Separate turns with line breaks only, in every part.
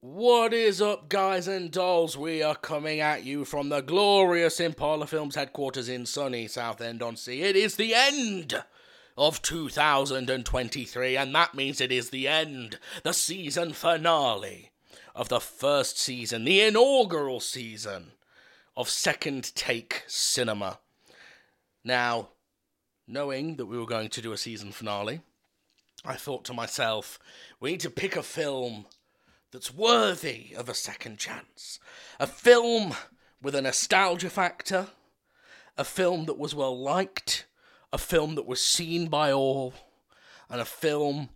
What is up, guys and dolls? We are coming at you from the glorious Impala Films headquarters in sunny Southend on Sea. It is the end of 2023, and that means it is the end, the season finale of the first season, the inaugural season of Second Take Cinema. Now, knowing that we were going to do a season finale, I thought to myself, we need to pick a film that's worthy of a second chance. A film with a nostalgia factor, a film that was well liked, a film that was seen by all, and a film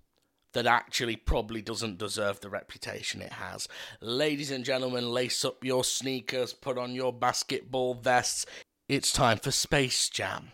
that actually probably doesn't deserve the reputation it has. Ladies and gentlemen, lace up your sneakers, put on your basketball vests. It's time for Space Jam.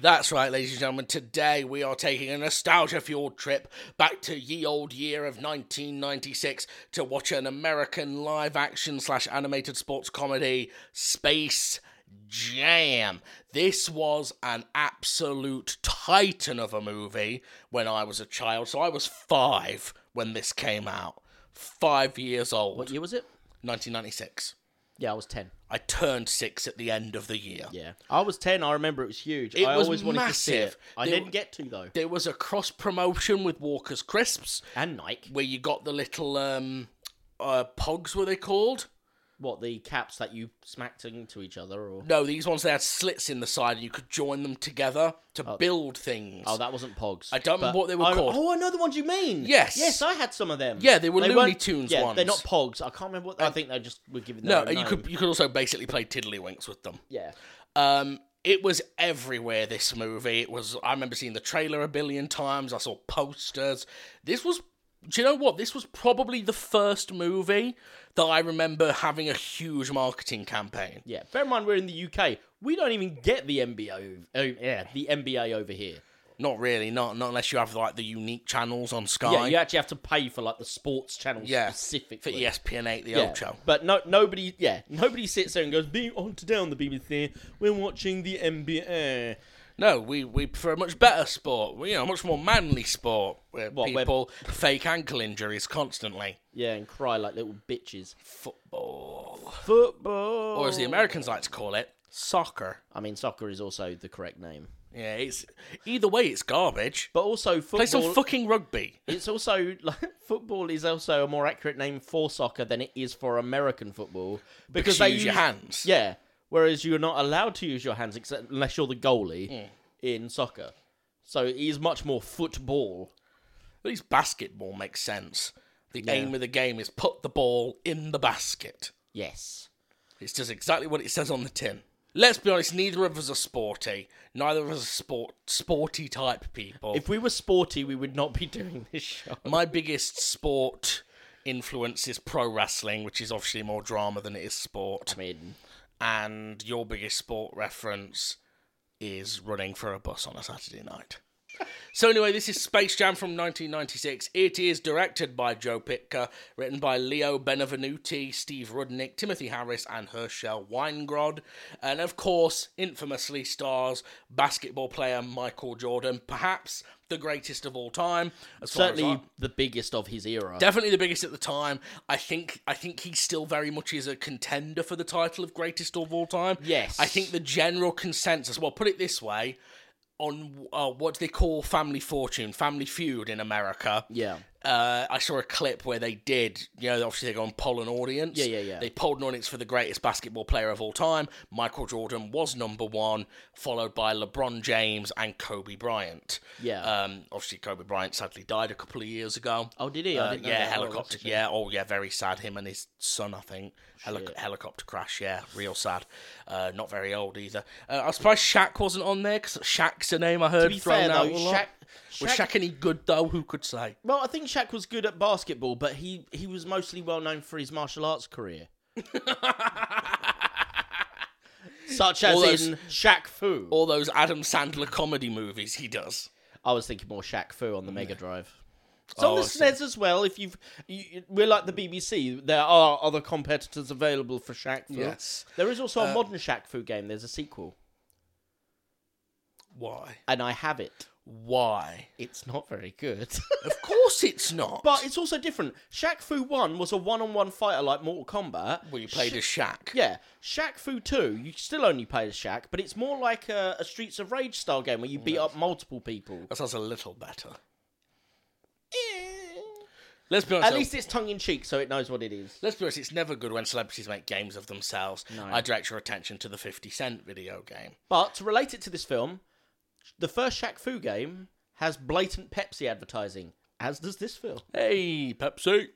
That's right, ladies and gentlemen. Today we are taking a nostalgia fueled trip back to ye old year of 1996 to watch an American live action slash animated sports comedy, Space Jam. This was an absolute titan of a movie when I was a child. So I was five when this came out. Five years old.
What year was it?
1996.
Yeah, I was ten.
I turned six at the end of the year.
Yeah, I was ten. I remember it was huge.
It
I
was
always wanted to see
massive.
it. I
They-
didn't get to though.
There was a cross promotion with Walker's Crisps.
And Nike,
where you got the little um uh pogs were they called
what the caps that you smacked into each other, or
no these ones they had slits in the side and you could join them together to build things
oh, that wasn't Pogs.
I don't remember
But
what they were
I-
called.
Oh, I know the ones you mean.
Yes.
yes, I had some of them.
Yeah, they were Looney
weren't-
Tunes
yeah,
ones.
They're not Pogs. I can't remember what. They, I think they just were given. Their
no
own
you
name.
could you could also basically play tiddlywinks with them
Yeah,
um it was everywhere this movie it was i remember seeing the trailer a billion times i saw posters this was do you know what this was probably the first movie that i remember having a huge marketing campaign
yeah. Bear in mind, we're in the UK. We don't even get the NBA. ov- Oh, yeah, the NBA over here.
not really not not unless you have like the unique channels on sky
Yeah, you actually have to pay for like the sports channel
Yeah, for E
specifically.
ESPN eight, the
Yeah,
old show.
But no, nobody, yeah, nobody sits there and goes, "Being on today on the BBC, we're watching the NBA."
No, we we prefer a much better sport. We, you know, a much more manly sport where
What, where-
people fake ankle injuries constantly.
Yeah, and cry like little bitches.
Football,
Football.
or as the Americans like to call it, soccer.
I mean, soccer is also the correct name,
Yeah, it's either way, it's garbage.
but also football.
Play some fucking rugby.
it's also like football is also a more accurate name for soccer than it is for American football because
you
they
use your hands.
Yeah, whereas you're not allowed to use your hands except unless you're the goalie
Mm.
in soccer. So it is much more football.
At least basketball makes sense. The aim of the game is put the ball in the basket.
Yes.
It's just exactly what it says on the tin. Let's be honest, neither of us are sporty. Neither of us are sport sporty type people.
If we were sporty, we would not be doing this show.
My biggest sport influence is pro wrestling, which is obviously more drama than it is sport.
I mean,
And your biggest sport reference is running for a bus on a Saturday night. So anyway, this is Space Jam from 1996. It is directed by Joe Pitka, written by Leo Benvenuti, Steve Rudnick, Timothy Harris, and Herschel Weingrod, and of course, infamously stars basketball player Michael Jordan, perhaps the greatest of all time. As far as
certainly
I-
the biggest of his era.
definitely the biggest at the time. I think I think he still very much is a contender for the title of greatest of all time.
Yes.
I think the general consensus. Well, put it this way, on uh, what do they call Family Fortune, Family Feud in America.
yeah.
uh, I saw a clip where they did, you know, obviously they go and poll an audience.
Yeah, yeah, yeah.
They polled an audience for the greatest basketball player of all time. Michael Jordan was number one, followed by LeBron James and Kobe Bryant.
Yeah.
Um, obviously, Kobe Bryant sadly died a couple of years ago.
Oh, did he? I
Uh,
didn't know
yeah,
that. Oh, that's a
helicopter.
shame.
Yeah, oh yeah, very sad. Him and his son, I think. Helic helicopter crash. Yeah, real sad. Uh, not very old either. Uh, I was surprised Shaq wasn't on there because Shaq's a name I heard
To be
thrown
fair
out
though,
a lot.
Shaq,
Was
Shaq,
Shaq any good though? Who could say?
Well, I think Shaq was good at basketball, but he he was mostly well known for his martial arts career. Such as
All those-
in Shaq Fu.
All those Adam Sandler comedy movies he does.
I was thinking more Shaq Fu on the Mega Drive. It's on
Oh,
the
I see.
SNES as well. If you've, you, you- we're like the BBC. There are other competitors available for Shaq Fu.
Yes. Uh,
There is also a modern Shaq Fu game. There's a sequel,
Why?
and I have it.
Why?
It's not very good.
Of course it's not.
But it's also different. Shaq Fu 1 was a one on one fighter like Mortal Kombat.
well, you played
Sha-
as Shaq.
Yeah. Shaq Fu 2, you still only play as Shaq, but it's more like a, a Streets of Rage style game where you beat up multiple people.
That sounds a little better. Let's be honest.
At
though,
least it's tongue in cheek, so it knows what it is.
Let's be honest, it's never good when celebrities make games of themselves. I direct your attention to the 50 Cent video game.
But to relate it to this film, the first Shaq Fu game has blatant Pepsi advertising, as does this film.
Hey, Pepsi!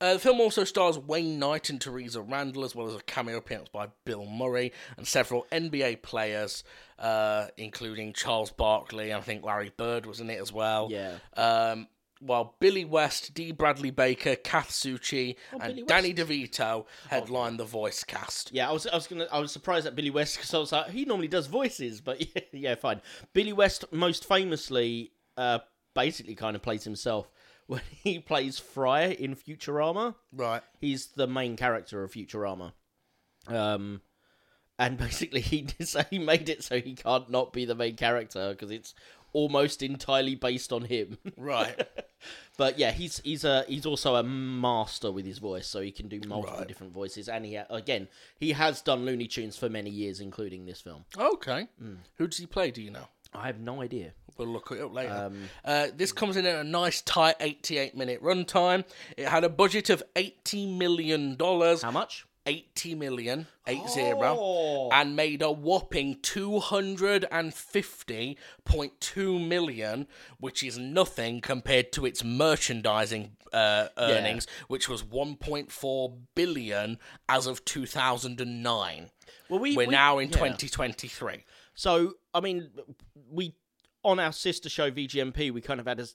Uh, the film also stars Wayne Knight and Teresa Randall, as well as a cameo appearance by Bill Murray and several NBA players, uh, including Charles Barkley and I think Larry Bird was in it as well.
Yeah.
Um, while Billy West, D. Bradley Baker, Kath Suchi,
Oh, Billy Oh.
and Danny DeVito headlined the voice cast.
Yeah, I was, I was gonna, I was surprised at Billy West because I was like, he normally does voices, but yeah, yeah, fine. Billy West most famously, uh, basically kind of plays himself when he plays Fry in Futurama.
Right.
He's the main character of Futurama, um, and basically he did- so he made it so he can't not be the main character because it's almost entirely based on him.
Right.
But yeah, he's he's a he's also a master with his voice, so he can do multiple
Right.
different voices. And he ha- again, he has done Looney Tunes for many years, including this film.
okay.
Mm.
Who does he play, do you know?
I have no idea.
We'll look it up later.
Um,
uh, this comes in at a nice tight 88 minute runtime. It had a budget of 80 million dollars.
How much?
80 million, eight
Oh.
zero, and made a whopping 250.2 million, which is nothing compared to its merchandising uh, earnings, which was 1.4 billion as of 2009.
Well, we
We're
we-
now in
yeah.
2023.
So I mean, we on our sister show VGMP, we kind of had a s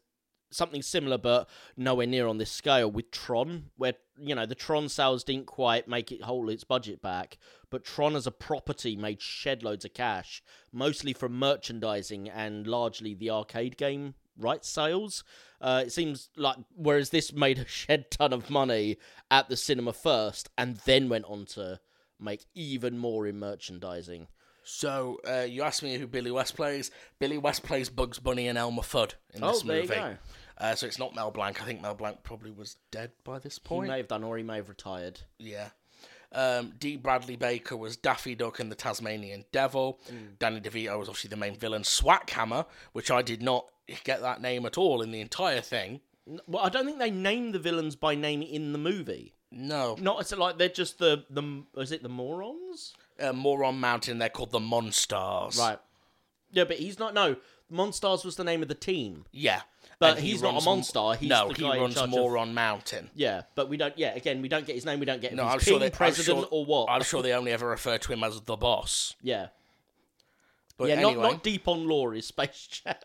something similar, but nowhere near on this scale with Tron, where you know the Tron sales didn't quite make it whole its budget back, but Tron as a property made shed loads of cash, mostly from merchandising and largely the arcade game rights sales. Uh, it seems like whereas this made a shed ton of money at the cinema first, and then went on to make even more in merchandising.
So uh, you asked me who Billy West plays. Billy West plays Bugs Bunny and Elmer Fudd in
Oh,
this
there you
movie.
go.
Uh, so it's not Mel Blanc. I think Mel Blanc probably was dead by this
He
point.
may have done, or he may have retired.
Yeah. Um, D. Bradley Baker was Daffy Duck and the Tasmanian Devil.
Mm.
Danny DeVito was obviously the main villain, Swathammer, which I did not get that name at all in the entire thing.
N- Well, I don't think they name the villains by name in the movie.
No.
Not it's like they're just the the m- is it the morons?
Uh, Moron Mountain, they're called the Monstars.
Right. Yeah, but he's not. No, Monstars was the name of the team.
Yeah.
But
And he
he's not a
runs-
monster, he's
no,
the
he
guy in
runs
charge of-
Moron Mountain.
Yeah, but we don't. Yeah, again, we don't get his name. We don't get if he's
I'm
king,
sure they- I'm
president,
sure-
or what.
I'm sure they only ever refer to him as the boss.
yeah,
But
yeah.
anyway,
Not not deep on lore is Space Jam.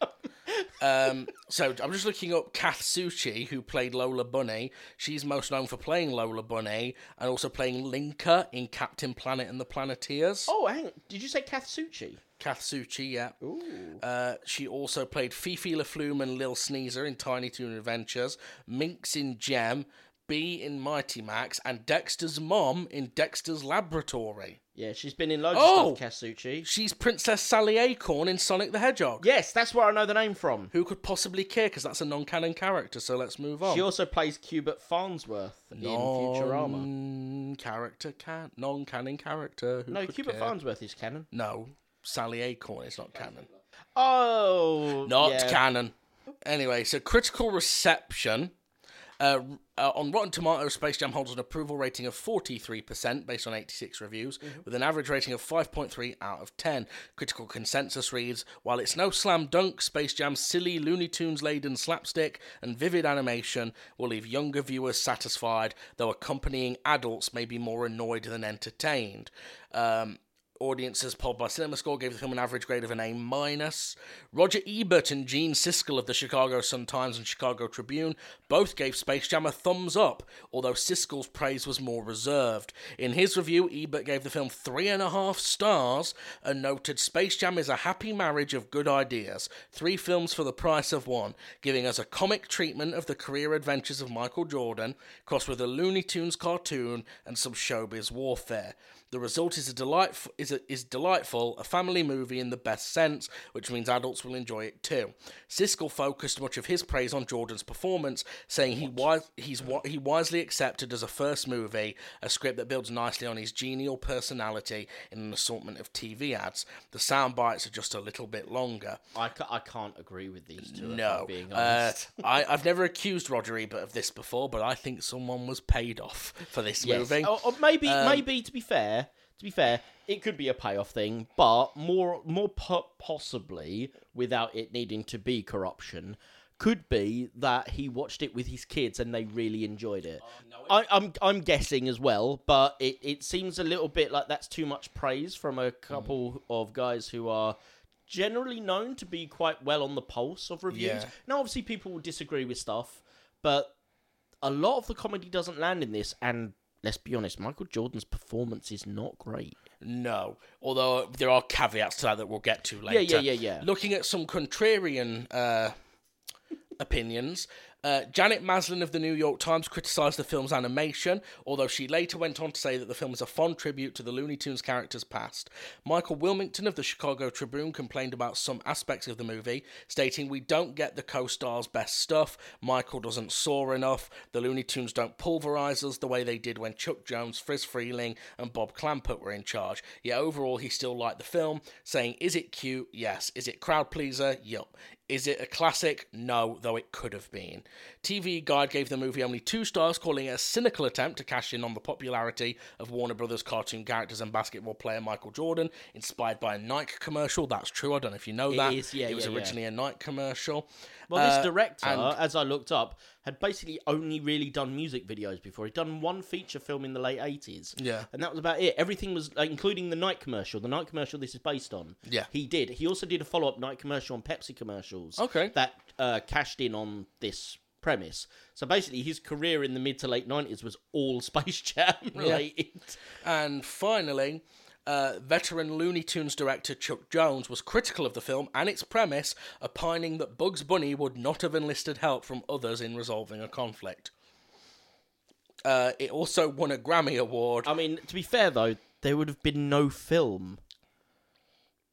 um, so I'm just looking up Kath Suchi, who played Lola Bunny. She's most known for playing Lola Bunny and also playing Linka in Captain Planet and the Planeteers.
oh, hang. on, Did you say Katsuchi?
Kath Suchi, yeah. Uh, she also played Fifi LaFlume and Lil Sneezer in Tiny Toon Adventures, Minx in Gem, Bee in Mighty Max, and Dexter's mom in Dexter's Laboratory.
Yeah, she's been in loads
Oh!
of stuff. Katsuchi.
She's Princess Sally Acorn in Sonic the Hedgehog.
Yes, that's where I know the name from.
Who could possibly care? Because that's a non-canon character. So let's move on.
She also plays Cubert Farnsworth in Futurama.
Character can non-canon character. Who
No,
could
Cubert
care?
Farnsworth is canon.
No, Sally Acorn is not canon.
Oh,
Not
yeah.
canon. Anyway, so critical reception. Uh, uh, on Rotten Tomatoes, Space Jam holds an approval rating of 43% based on 86 reviews, with an average rating of 5.3 out of 10. Critical consensus reads While it's no slam dunk, Space Jam's silly Looney Tunes laden slapstick and vivid animation will leave younger viewers satisfied, though accompanying adults may be more annoyed than entertained. Um, audiences polled by CinemaScore gave the film an average grade of an A minus. Roger Ebert and Gene Siskel of the Chicago Sun Times and Chicago Tribune both gave Space Jam a thumbs up, although Siskel's praise was more reserved. In his review, Ebert gave the film three and a half stars and noted Space Jam is a happy marriage of good ideas, three films for the price of one, giving us a comic treatment of the career adventures of Michael Jordan, crossed with a Looney Tunes cartoon and some showbiz warfare. The result is a delightful is a, is delightful, a family movie in the best sense, which means adults will enjoy it too. Siskel focused much of his praise on Jordan's performance, saying he wise, he's wi- he wisely accepted as a first movie a script that builds nicely on his genial personality in an assortment of TV ads. The sound bites are just a little bit longer.
I, ca- I can't agree with these two.
No,
No, being
uh,
honest.
I, I've never accused Roger Ebert of this before, but I think someone was paid off for this
Yes. Oh,
movie.
Or, or maybe, maybe to be fair, to be fair, it could be a payoff thing, but more, more po- possibly without it needing to be corruption. Could be that he watched it with his kids and they really enjoyed it. I, I'm I'm guessing as well, but it, it seems a little bit like that's too much praise from a couple of guys who are generally known to be quite well on the pulse of reviews.
Yeah.
Now, obviously, people will disagree with stuff, but a lot of the comedy doesn't land in this. And let's be honest, Michael Jordan's performance is not great.
No, although there are caveats to that that we'll get to later.
yeah, yeah.
Looking at some contrarian uh, opinions, uh, Janet Maslin of the New York Times criticised the film's animation, although she later went on to say that the film is a fond tribute to the Looney Tunes characters' past. Michael Wilmington of the Chicago Tribune complained about some aspects of the movie, stating, We don't get the co star's best stuff, Michael doesn't soar enough, the Looney Tunes don't pulverize us the way they did when Chuck Jones, Friz Freeling, and Bob Clampett were in charge. Yet overall, he still liked the film, saying, Is it cute? Yes. Is it crowd pleaser? Yup. Is it a classic? No, though it could have been. TV Guide gave the movie only two stars, calling it a cynical attempt to cash in on the popularity of Warner Brothers cartoon characters and basketball player Michael Jordan, inspired by a Nike commercial. That's true. I don't know if you know that.
is, yeah,
it was
yeah, yeah.
originally a Nike commercial.
Well,
Uh,
this director,
and-
as I looked up, had basically only really done music videos before. He'd done one feature film in the late eighties,
Yeah.
and that was about it. Everything was, like, including the night commercial. The night commercial this is based on.
Yeah.
he did. He also did a follow up night commercial on Pepsi commercials.
Okay.
that uh, cashed in on this premise. So basically, his career in the mid to late nineties was all Space Jam related.
And finally, uh, veteran Looney Tunes director Chuck Jones was critical of the film and its premise, opining that Bugs Bunny would not have enlisted help from others in resolving a conflict. Uh, it also won a Grammy Award.
I mean, to be fair though, there would have been no film.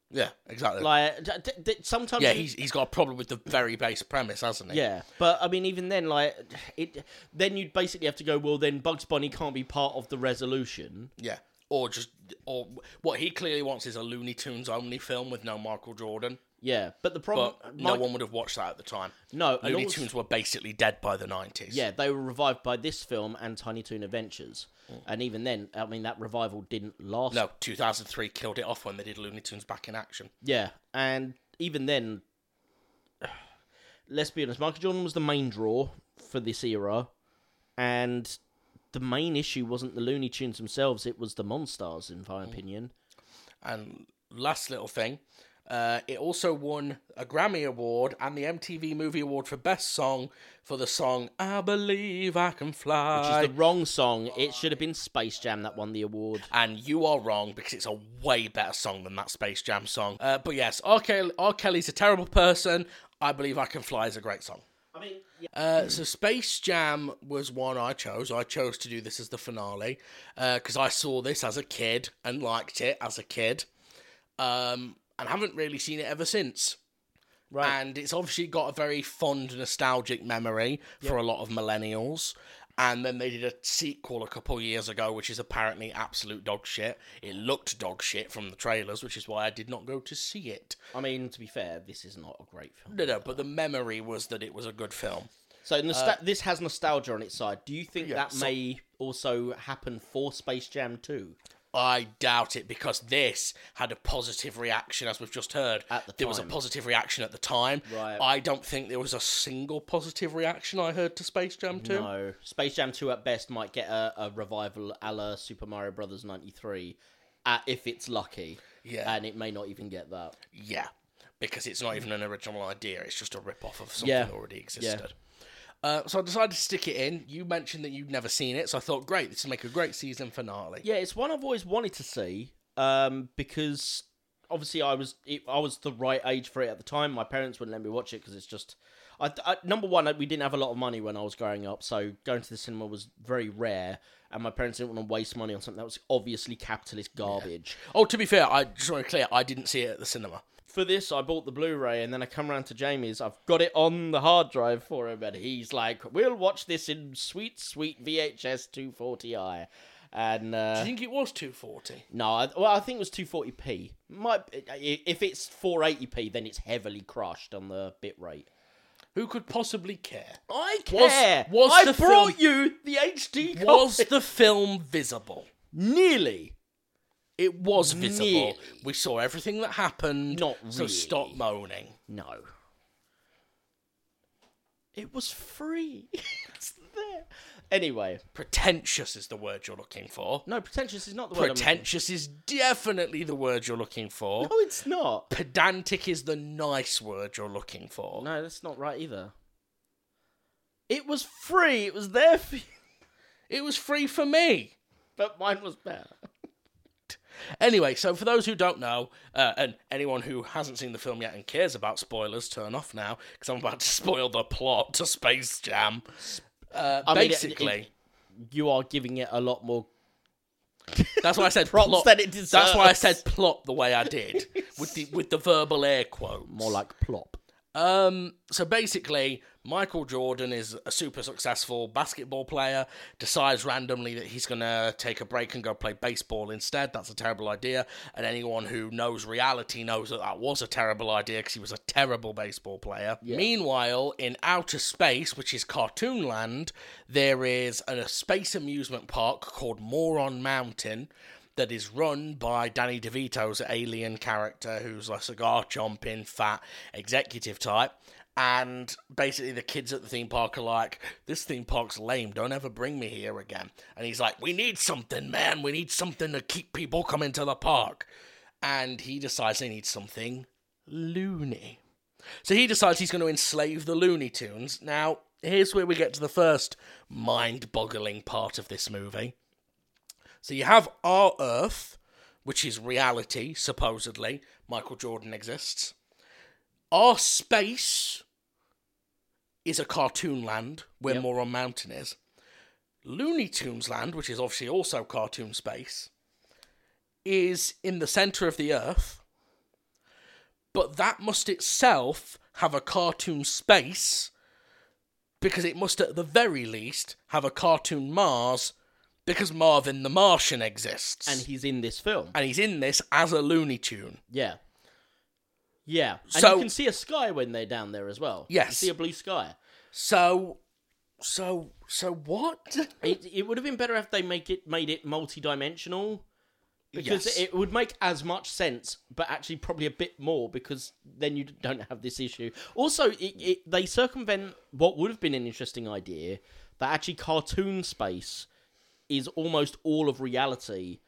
yeah, exactly.
Like d- d- d- sometimes,
yeah,
you-
he's, he's got a problem with the very base premise, hasn't he?
Yeah, but I mean, even then, like, it. Then you'd basically have to go. Well, then Bugs Bunny can't be part of the resolution.
Yeah. Or just, or what he clearly wants is a Looney Tunes only film with no Michael Jordan.
Yeah, but the problem,
But
Mike-
no one would have watched that at the time.
No, and
Looney
also-
Tunes were basically dead by the 90s.
Yeah, they were revived by this film and Tiny Toon Adventures,
Mm.
and even then, I mean, that revival didn't last.
No, 2003 killed it off when they did Looney Tunes Back in Action.
Yeah, and even then, let's be honest, Michael Jordan was the main draw for this era, and the main issue wasn't the Looney Tunes themselves; it was the Monstars, in my opinion.
And last little thing, uh, it also won a Grammy Award and the MTV Movie Award for Best Song for the song I Believe I Can
Which
Fly.
is the wrong song. It should have been Space Jam that won the award.
And you are wrong because it's a way better song than that Space Jam song. Uh, but yes, R. Kelly, R. Kelly's a terrible person. I Believe I Can Fly is a great song.
I mean,
Uh, so Space Jam was one I chose. I chose to do this as the finale because I saw this as a kid and liked it as a kid, um, and haven't really seen it ever since.
Right.
And it's obviously got a very fond nostalgic memory for a lot of millennials. And then they did a sequel a couple years ago, which is apparently absolute dog shit. It looked dog shit from the trailers, which is why I did not go to see it.
I mean, to be fair, this is not a great film.
No, no, but the memory was that it was a good film.
So nostal- this has nostalgia on its side. Do you
uh,
think
Yeah,
that
so-
may also happen for Space Jam 2?
I doubt it because this had a positive reaction, as we've just heard.
At the
there was a
time.
positive reaction at the time.
Right.
I don't think there was a single positive reaction I heard to Space Jam 2.
No. Space Jam 2 at best might get a, a revival a la Super Mario Brothers 93 uh, if it's lucky.
Yeah.
And it may not even get that.
Yeah, because it's not even an original idea. It's just a rip off of something
Yeah.
that already existed. Uh, so I decided to stick it in. You mentioned that you'd never seen it, so I thought, great, this will make a great season finale.
Yeah, it's one I've always wanted to see um, because obviously I was it, I was the right age for it at the time. My parents wouldn't let me watch it because it's just I, I- number one we didn't have a lot of money when I was growing up, so going to the cinema was very rare, and my parents didn't want to waste money on something that was obviously capitalist garbage.
Oh, to be fair, I just want to be clear, I didn't see it at the cinema.
For this, I bought the Blu-ray, and then I come round to Jamie's. I've got it on the hard drive for him, and he's like, "We'll watch this in sweet, sweet VHS 240i." And uh,
I think it was 240.
No, I, well, I think it was 240p. Might i- if it's 480p, then it's heavily crushed on the bit rate.
Who could possibly care?
I
Was-
care.
was
I
the
brought
film-
you the HD
Was
copy.
the film visible?
nearly
It was visible.
Nearly.
We saw everything that happened.
Not
So
really.
stop moaning.
no. It was free. it's there. Anyway,
Pretentious is the word you're looking for.
no, pretentious is not the word. I'm-
Pretentious is definitely the word you're looking for.
No, it's not.
pedantic is the nice word you're looking for.
No, that's not right either. It was free. It was there for you,
It was free for me.
but mine was better.
Anyway, so for those who don't know, uh, and anyone who hasn't seen the film yet and cares about spoilers, turn off now because I'm about to spoil the plot to Space Jam. Uh,
I mean, it-
basically,
You are giving it a lot more
that's why I said
props
plot.
that it
that's why I
deserves.
said plot the way I did with the with the verbal air quotes.
more like plop.
Um, so basically, Michael Jordan is a super successful basketball player, decides randomly that he's going to take a break and go play baseball instead. That's a terrible idea. And anyone who knows reality knows that that was a terrible idea because he was a terrible baseball player. Meanwhile, in outer space, which is cartoon land, there is a space amusement park called Moron Mountain that is run by Danny DeVito's alien character, who's a cigar chomping, fat executive type. And basically, the kids at the theme park are like, This theme park's lame, don't ever bring me here again. And he's like, We need something, man. We need something to keep people coming to the park. And he decides they need something loony. So he decides he's going to enslave the Looney Tunes. Now, here's where we get to the first mind boggling part of this movie. So you have our Earth, which is reality, supposedly. Michael Jordan exists. Our space is a cartoon land where
Yep.
Moron Mountain is. Looney Tunes land, which is obviously also cartoon space, is in the center of the Earth. But that must itself have a cartoon space because it must, at the very least, have a cartoon Mars because Marvin the Martian exists.
And he's in this film.
And he's in this as a Looney Tune.
Yeah. Yeah. And
So-
you can see a sky when they're down there as well. You
Yes.
see a blue sky.
So, so, so what?
It, it would have been better if they make it made it multi-dimensional because
Yes.
it would make as much sense but actually probably a bit more because then you don't have this issue also it, it, they circumvent what would have been an interesting idea that actually cartoon space is almost all of reality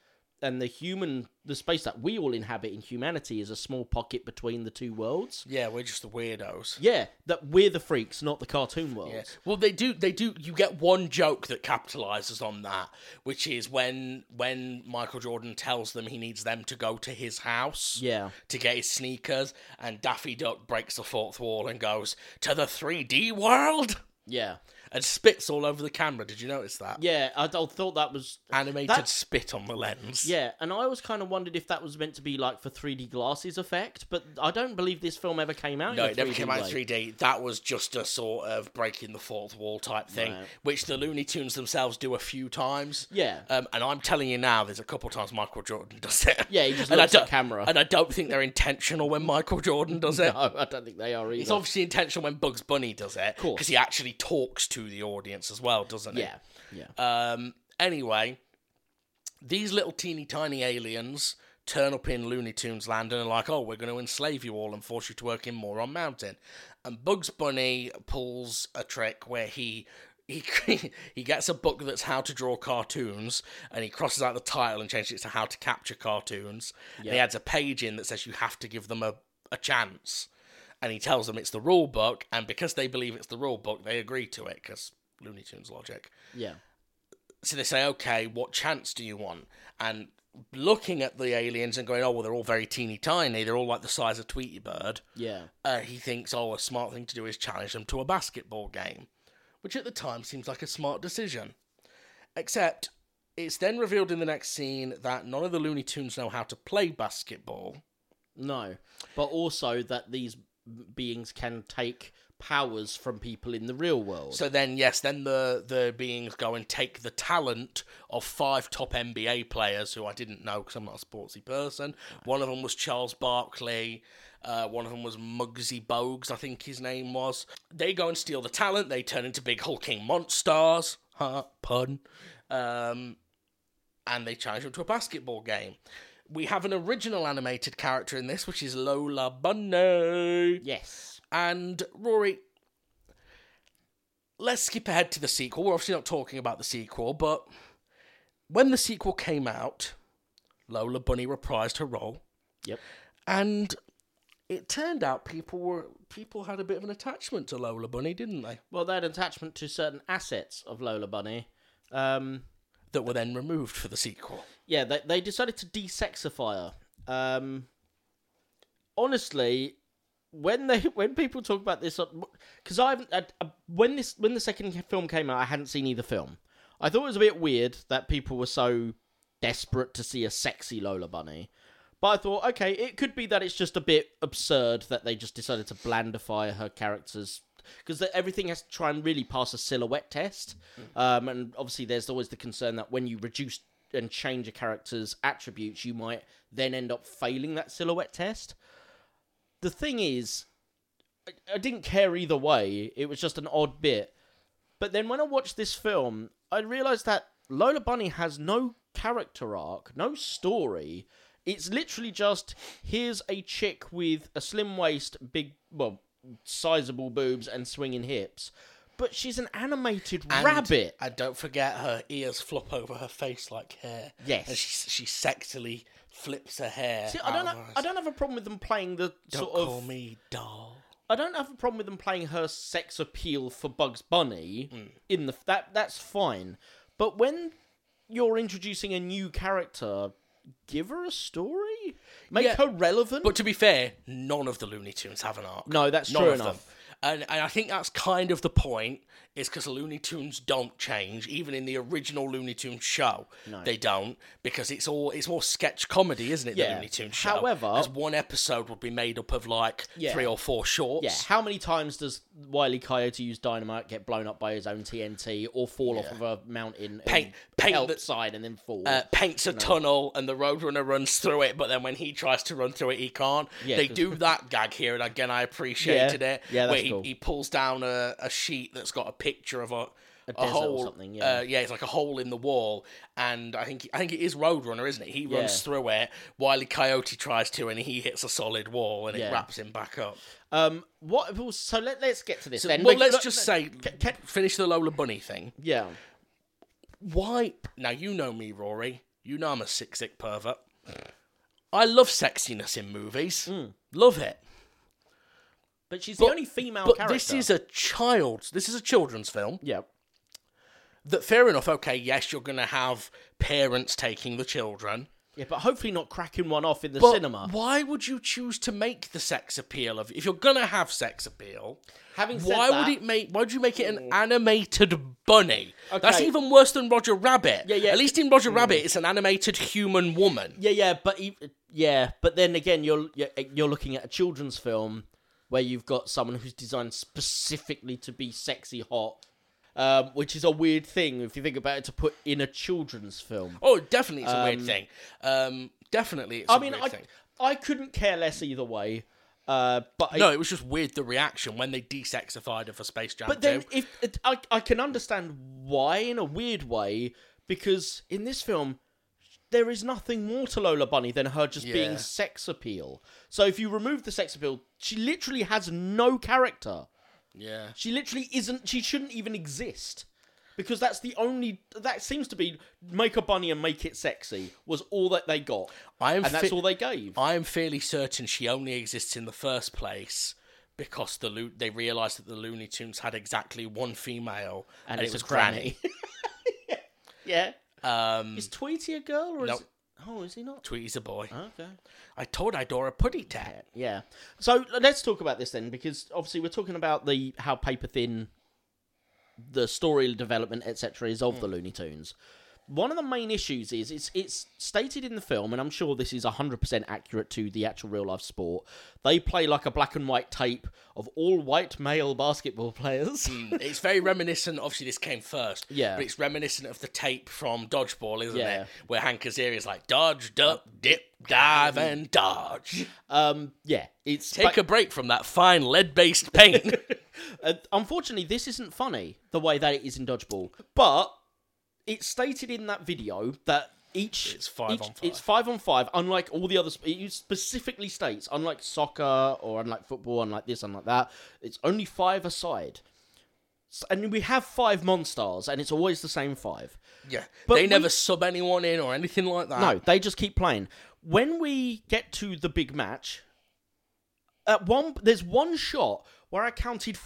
and the human the space that we all inhabit in humanity is a small pocket between the two worlds
Yeah, we're just the weirdos.
yeah that we're the freaks not the cartoon worlds
Yeah. Well, they do. They do. You get one joke that capitalizes on that, which is when when Michael Jordan tells them he needs them to go to his house.
Yeah.
To get his sneakers, and Daffy Duck breaks the fourth wall and goes to the 3D world.
yeah
and spits all over the camera. Did you notice that?
Yeah, I, I thought that was
Animated
That-
spit on the lens.
yeah, and I always kind of wondered if that was meant to be like for 3D glasses effect, but I don't believe this film ever came out.
No,
in a
it never
3D
came out in
way.
3D. That was just a sort of breaking the fourth wall type thing,
Right.
which the Looney Tunes themselves do a few times.
Yeah,
Um, and I'm telling you now, there's a couple times Michael Jordan does it.
yeah, he just
and I
looks at
don't-
camera.
And I don't think they're intentional when Michael Jordan does it.
no, I don't think they are either.
It's obviously intentional when Bugs Bunny does it
course.
because he actually talks to the audience as well, doesn't he?
yeah, yeah.
Um, anyway, these little teeny tiny aliens turn up in Looney Tunes land and are like, oh, we're going to enslave you all and force you to work in Moron Mountain. And Bugs Bunny pulls a trick where he. He, he gets a book that's how to draw cartoons and he crosses out the title and changes it to how to capture cartoons and he
Yeah.
adds a page in that says you have to give them a, a chance and he tells them it's the rule book and because they believe it's the rule book they agree to it because looney tunes logic
yeah.
so they say, okay, what chance do you want? And looking at the aliens and going, oh, well, they're all very teeny tiny. They're all like the size of Tweety Bird.
Yeah.
Uh, he thinks, oh, a smart thing to do is challenge them to a basketball game, which at the time seems like a smart decision. Except it's then revealed in the next scene that none of the Looney Tunes know how to play basketball.
No. But also that these beings can take powers from people in the real world.
So then, yes, then the the beings go and take the talent of five top NBA players who I didn't know because I'm not a sportsy person. One of them was Charles Barkley. Uh, one of them was Muggsy Bogues, I think his name was. They go and steal the talent. They turn into big hulking monsters. Huh, pun. Um, and they challenge them to a basketball game. We have an original animated character in this, which is Lola Bunny.
yes.
And Rory, let's skip ahead to the sequel. We're obviously not talking about the sequel, but when the sequel came out, Lola Bunny reprised her role,
Yep.
and it turned out people were people had a bit of an attachment to Lola Bunny, didn't they?
Well, they had attachment to certain assets of Lola Bunny. Um,
That were then removed for the sequel.
yeah, they, they decided to desexify her. Um, honestly, when they when people talk about this, because I haven't I, I- when this when the second film came out, I hadn't seen either film. I thought it was a bit weird that people were so desperate to see a sexy Lola Bunny. But I thought, okay, it could be that it's just a bit absurd that they just decided to blandify her characters because everything has to try and really pass a silhouette test. Um, and obviously, there's always the concern that when you reduce and change a character's attributes, you might then end up failing that silhouette test. The thing is, I, I didn't care either way. It was just an odd bit. But then when I watched this film, I realized that Lola Bunny has no character arc, no story. It's literally just here's a chick with a slim waist, big, well, sizable boobs, and swinging hips. But she's an animated
And-
rabbit.
And don't forget, her ears flop over her face like hair.
Yes.
and she she sexily flips her hair.
See, I don't.
out of
Have,
her-
I don't have a problem with them playing the
Don't
sort
call
of.
me doll.
I don't have a problem with them playing her sex appeal for Bugs Bunny
Hmm.
in the that that's fine. But when you're introducing a new character, give her a story, make
Yeah.
her relevant.
But to be fair, none of the Looney Tunes have an arc.
no, that's
none
true
of
enough.
them. And, and I think that's kind of the point, is because Looney Tunes don't change, even in the original Looney Tunes show.
No.
They don't, because it's all it's more sketch comedy, isn't it? The
Yeah.
Looney Tunes show.
However-
because one episode would be made up of like
Yeah.
three or four shorts.
Yeah, how many times does Wiley Coyote use dynamite, get blown up by his own TNT, or fall off of a mountain,
Paint-
and
paint
help
the-
side, and then fall?
uh, paints a tunnel and the roadrunner runs through it, but then when he tries to run through it, he can't.
Yeah,
they
'cause-
do that gag here, and again, I appreciated
Yeah,
it.
yeah, that's
where he,
cool.
he pulls down a, a sheet that's got a picture of a. A,
desert or
hole,
something, yeah.
Uh, yeah, it's like a hole in the wall, and I think I think it is Roadrunner, isn't it? He runs
Yeah.
through it. Wiley Coyote tries to, and he hits a solid wall, and
Yeah.
it wraps him back up.
um, what? So let let's get to this. then.
well,
Look-
let's
look-
just
look-
say, finish the Lola Bunny thing.
yeah.
why now you know me rory you know i'm a sick sick pervert i love sexiness in movies
Hmm.
love it
But she's
But-
the only female
but
character.
this is a child's this is a children's film
yeah,
that fair enough okay yes you're gonna have parents taking the children
Yeah, but hopefully not cracking one off in the
But
cinema.
why would you choose to make the sex appeal of if you're gonna have sex appeal?
Having said
Why
that-
would it make? Why would you make it an animated bunny? That's
Okay.
even worse than Roger Rabbit.
Yeah, Hmm. yeah.
At least in Roger Rabbit, it's an animated human woman.
Yeah, yeah, but e yeah, but then again, you're you're- you're looking at a children's film where you've got someone who's designed specifically to be sexy hot, um, which is a weird thing if you think about it to put in a children's film.
Oh, definitely, it's a weird thing. Um, definitely, it's a
I mean,
weird
I
thing.
I couldn't care less either way, uh, but I,
No, it was just weird the reaction when they desexified her for Space Jam
But then,
2.
if it, I, I can understand why in a weird way, because in this film, there is nothing more to Lola Bunny than her just
Yeah.
being sex appeal. So if you remove the sex appeal, she literally has no character.
Yeah.
She literally isn't. She shouldn't even exist. Because that's the only that seems to be make a bunny and make it sexy was all that they got,
I am
and that's
fi-
all they gave.
I am fairly certain she only exists in the first place because the Loo- they realised that the Looney Tunes had exactly one female, and, it was Granny.
yeah,
Um,
is Tweety a girl or
Nope.
is it, oh is he not?
Tweety's a boy.
Okay.
I told Idora Puddy Tat.
Yeah. So let's talk about this then, because obviously we're talking about the how paper thin the story development etc is of the Looney Tunes. One of the main issues is it's it's stated in the film, and I'm sure this is 100% accurate to the actual real life sport. They play like a black and white tape of all white male basketball players.
Mm. It's very reminiscent. Obviously, this came first.
Yeah.
But it's reminiscent of the tape from Dodgeball, isn't
Yeah.
it? Where Hank Azaria is like, dodge, duck, dip, dive,
Mm.
and dodge.
um, yeah, it's
Take a break from that fine lead-based paint.
Uh, unfortunately, this isn't funny the way that it is in dodgeball. But it's stated in that video that each
It's five
each-
on five.
It's five on five. Unlike all the other, sp- it specifically states, unlike soccer or unlike football, unlike this, unlike that, it's only five a side. S- And we have five monstars, and it's always the same five.
yeah.
But
they
we-
never sub anyone in or anything like that.
No, they just keep playing. When we get to the big match, at one there's one shot where I counted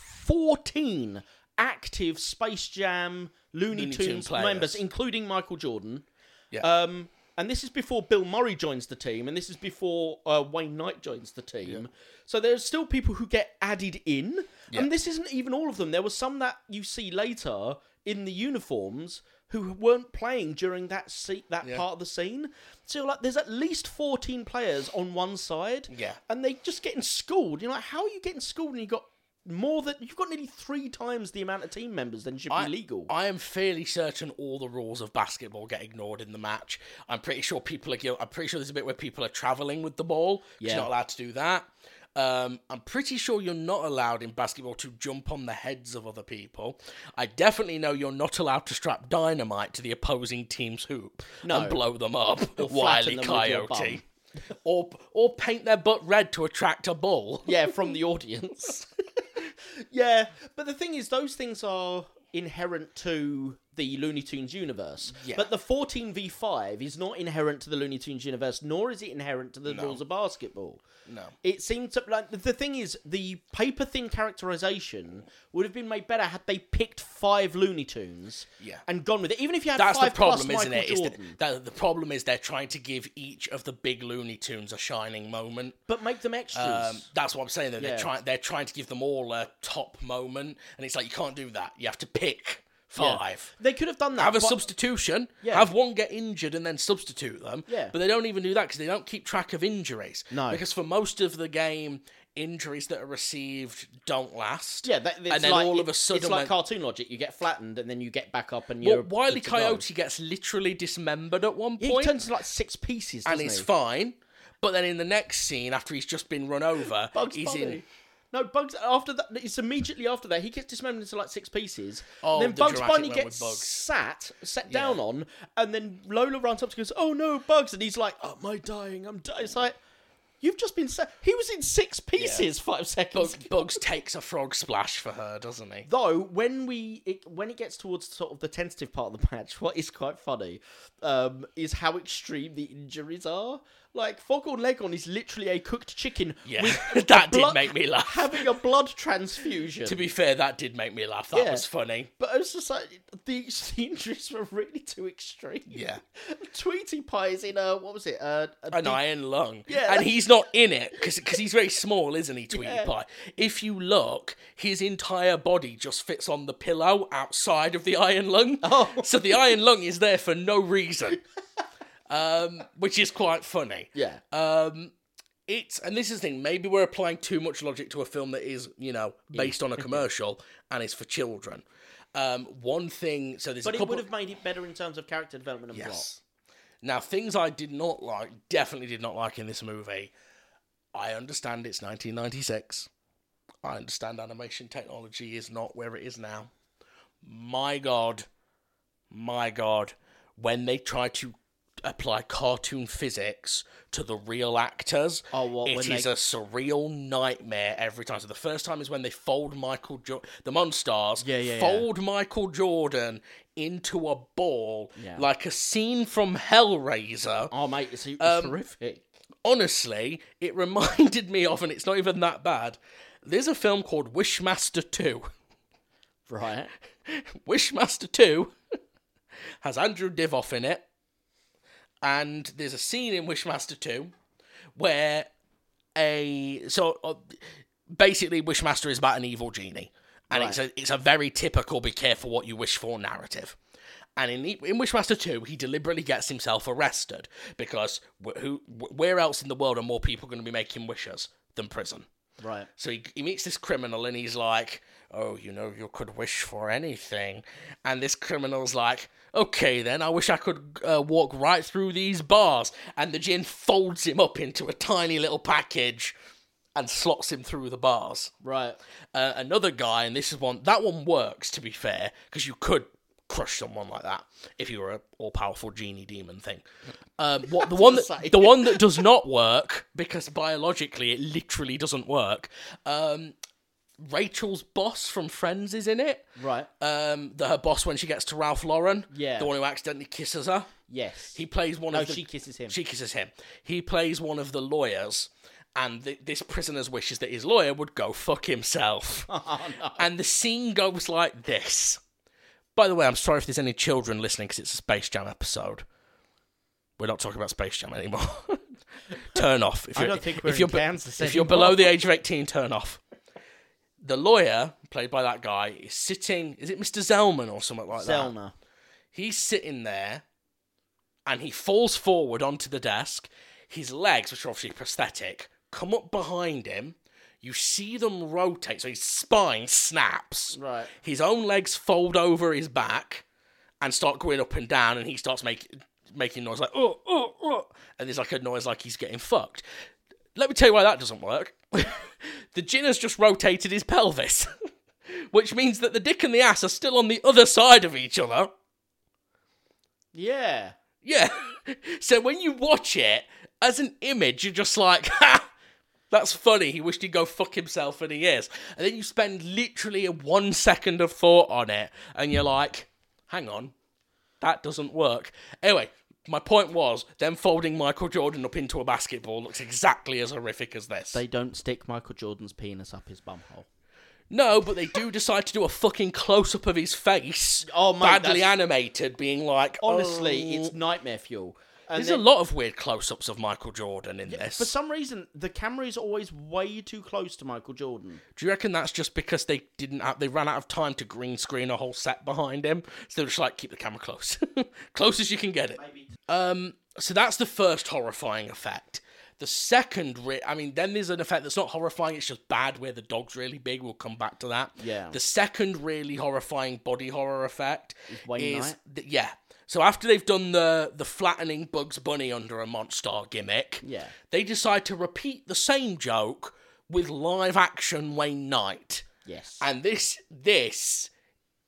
14 active Space Jam Looney,
Looney Tune
Tunes
players.
members, including Michael Jordan.
Yeah.
Um, and this is before Bill Murray joins the team, and this is before uh, Wayne Knight joins the team. So there's still people who get added in, and this isn't even all of them. There were some that you see later in the uniforms who weren't playing during that se- that part of the scene. So like, there's at least 14 players on one side,
Yeah.
and they just getting schooled. You're like, how are you getting schooled? And you got more than you've got nearly three times the amount of team members than should be legal.
I am fairly certain all the rules of basketball get ignored in the match. I'm pretty sure people are. guil- I'm pretty sure there's a bit where people are traveling with the ball. 'cause
Yeah.
You're not allowed to do that. Um, I'm pretty sure you're not allowed in basketball to jump on the heads of other people. I definitely know you're not allowed to strap dynamite to the opposing team's hoop and blow them up. Wily
flatten them with your
Coyote. Or, or paint their butt red to attract a bull.
yeah, from the audience. yeah, but the thing is, those things are inherent to the Looney Tunes universe.
Yeah.
But the 14v5 is not inherent to the Looney Tunes universe, nor is it inherent to the rules of basketball.
No.
It seemed to like the- the thing is the paper thin characterization would have been made better had they picked five Looney Tunes
Yeah.
and gone with it. Even if you had
That's the
five
problem,
plus
isn't
Michael
it? Is that,
Jordan,
that the problem is they're trying to give each of the big Looney Tunes a shining moment.
but make them extras.
Um, that's what I'm saying. Though. They're
Yeah.
trying they're trying to give them all a top moment, and it's like you can't do that. You have to pick five.
they could have done that.
Have a
but-
substitution.
Yeah.
Have one get injured and then substitute them.
Yeah.
But they don't even do that because they don't keep track of injuries.
No.
Because for most of the game, injuries that are received don't last.
Yeah, that, it's
and then
like,
all of a sudden,
it's like
when-
cartoon logic. You get flattened and then you get back up and
well,
you're
Wily
good to go.
Coyote gets literally dismembered at one
He
point.
turns into like six pieces,
and
doesn't
it's
he?
fine. But then in the next scene, after he's just been run over,
Bugs
he's
Bunny.
in.
No, Bugs. After that, it's immediately after that he gets dismembered into like six pieces.
Oh,
then
the
Bugs
dramatic
Bunny
one with
gets
Bugs.
sat, sat down on, and then Lola runs up to him and goes, "Oh no, Bugs!" And he's like, "Am I dying? I'm dying." It's like you've just been sat. He was in six pieces five seconds.
Bugs, Bugs takes a frog splash for her, doesn't he?
Though when we it, when it gets towards sort of the tentative part of the match, what is quite funny um, is how extreme the injuries are. Like Foghorn Leghorn is literally a cooked chicken.
Yeah,
with
that did
blood-
make me laugh.
having a blood transfusion.
To be fair, that did make me laugh. That
Yeah.
was funny.
but it was just like the, the injuries were really too extreme.
Yeah.
Tweety Pie is in a what was it? A, a
An iron lung.
Yeah.
And he's not in it because he's very small, isn't he, Tweety
Yeah.
Pie? If you look, his entire body just fits on the pillow outside of the iron lung.
Oh.
So the iron lung is there for no reason, um, which is quite funny.
yeah.
Um, it's and this is the thing. Maybe we're applying too much logic to a film that is, you know, based on a commercial and is for children. Um, one thing. So there's
but
a
it
couple.
would have made it better in terms of character development and
Yes. Now, things I did not like, definitely did not like in this movie. I understand it's 1996. I understand animation technology is not where it is now. My God, my God, when they try to apply cartoon physics to the real actors,
Oh, what,
it
when
is
they-
a surreal nightmare every time. So the first time is when they fold Michael, jo- the Monstars,
Yeah, yeah, yeah.
fold Michael Jordan into a ball
Yeah.
like a scene from Hellraiser.
plot. Oh mate, it's, it's
Um,
horrific.
Honestly, it reminded me of, and it's not even that bad. There's a film called Wishmaster 2.
Right.
Wishmaster 2 has Andrew Divoff in it. And there's a scene in Wishmaster 2 where a so uh, basically Wishmaster is about an evil genie. And it's a it's a very typical be careful what you wish for narrative. And in, in Wishmaster 2, he deliberately gets himself arrested because wh- who wh- where else in the world are more people going to be making wishes than prison?
Right.
So he, he meets this criminal and he's like, Oh, you know, you could wish for anything. And this criminal's like, Okay, then, I wish I could uh, walk right through these bars. And the gin folds him up into a tiny little package and slots him through the bars.
Right.
Uh, another guy, and this is one, that one works to be fair, because you could crush someone like that if you were a all powerful genie demon thing. Um, what the one
say.
that the one that does not work because biologically it literally doesn't work. Um, Rachel's boss from Friends is in it.
Right.
Um, the, her boss when she gets to Ralph Lauren,
Yeah.
the one who accidentally kisses her.
Yes.
He plays one
no,
of the
she kisses him.
she kisses him. He plays one of the lawyers, and th- this prisoner's wishes that his lawyer would go fuck himself.
Oh,
And the scene goes like this. By the way, I'm sorry if there's any children listening because it's a Space Jam episode. We're not talking about Space Jam anymore. turn off. If
I
you're,
don't think we're
if
in
you're be-
Kansas
If you're
anymore.
below the age of 18, turn off. The lawyer, played by that guy, is sitting. Is it Mr. Zellman or something like that?
Zelna.
He's sitting there and he falls forward onto the desk. His legs, which are obviously prosthetic, come up behind him. You see them rotate, so his spine snaps.
Right.
His own legs fold over his back and start going up and down, and he starts making making noise like oh oh oh, and there's like a noise like he's getting fucked. Let me tell you why that doesn't work. the gin has just rotated his pelvis, which means that the dick and the ass are still on the other side of each other.
Yeah.
Yeah. So when you watch it as an image, you're just like, ha! That's funny. He wished he'd go fuck himself, and he is. And then you spend literally one second of thought on it, and you're like, hang on, that doesn't work. Anyway, my point was them folding Michael Jordan up into a basketball looks exactly as horrific as this.
They don't stick Michael Jordan's penis up his bumhole.
No, but they do decide to do a fucking close up of his face,
Oh, mate,
badly
that's-
animated, being like,
Honestly,
oh.
it's nightmare fuel. And
There's
then,
a lot of weird close ups of Michael Jordan in this.
for some reason, the camera is always way too close to Michael Jordan.
Do you reckon that's just because they didn't have, they ran out of time to green screen a whole set behind him? So they're just like, keep the camera close. close as you can get it. Um, so that's the first horrifying effect. The second, re- I mean, then there's an effect that's not horrifying, it's just bad where the dog's really big. We'll come back to that.
Yeah.
The second really horrifying body horror effect
Wayne
is,
Knight?
th- yeah. So after they've done the, the flattening Bugs Bunny under a monster gimmick,
Yeah.
they decide to repeat the same joke with live action Wayne Knight.
Yes.
And this this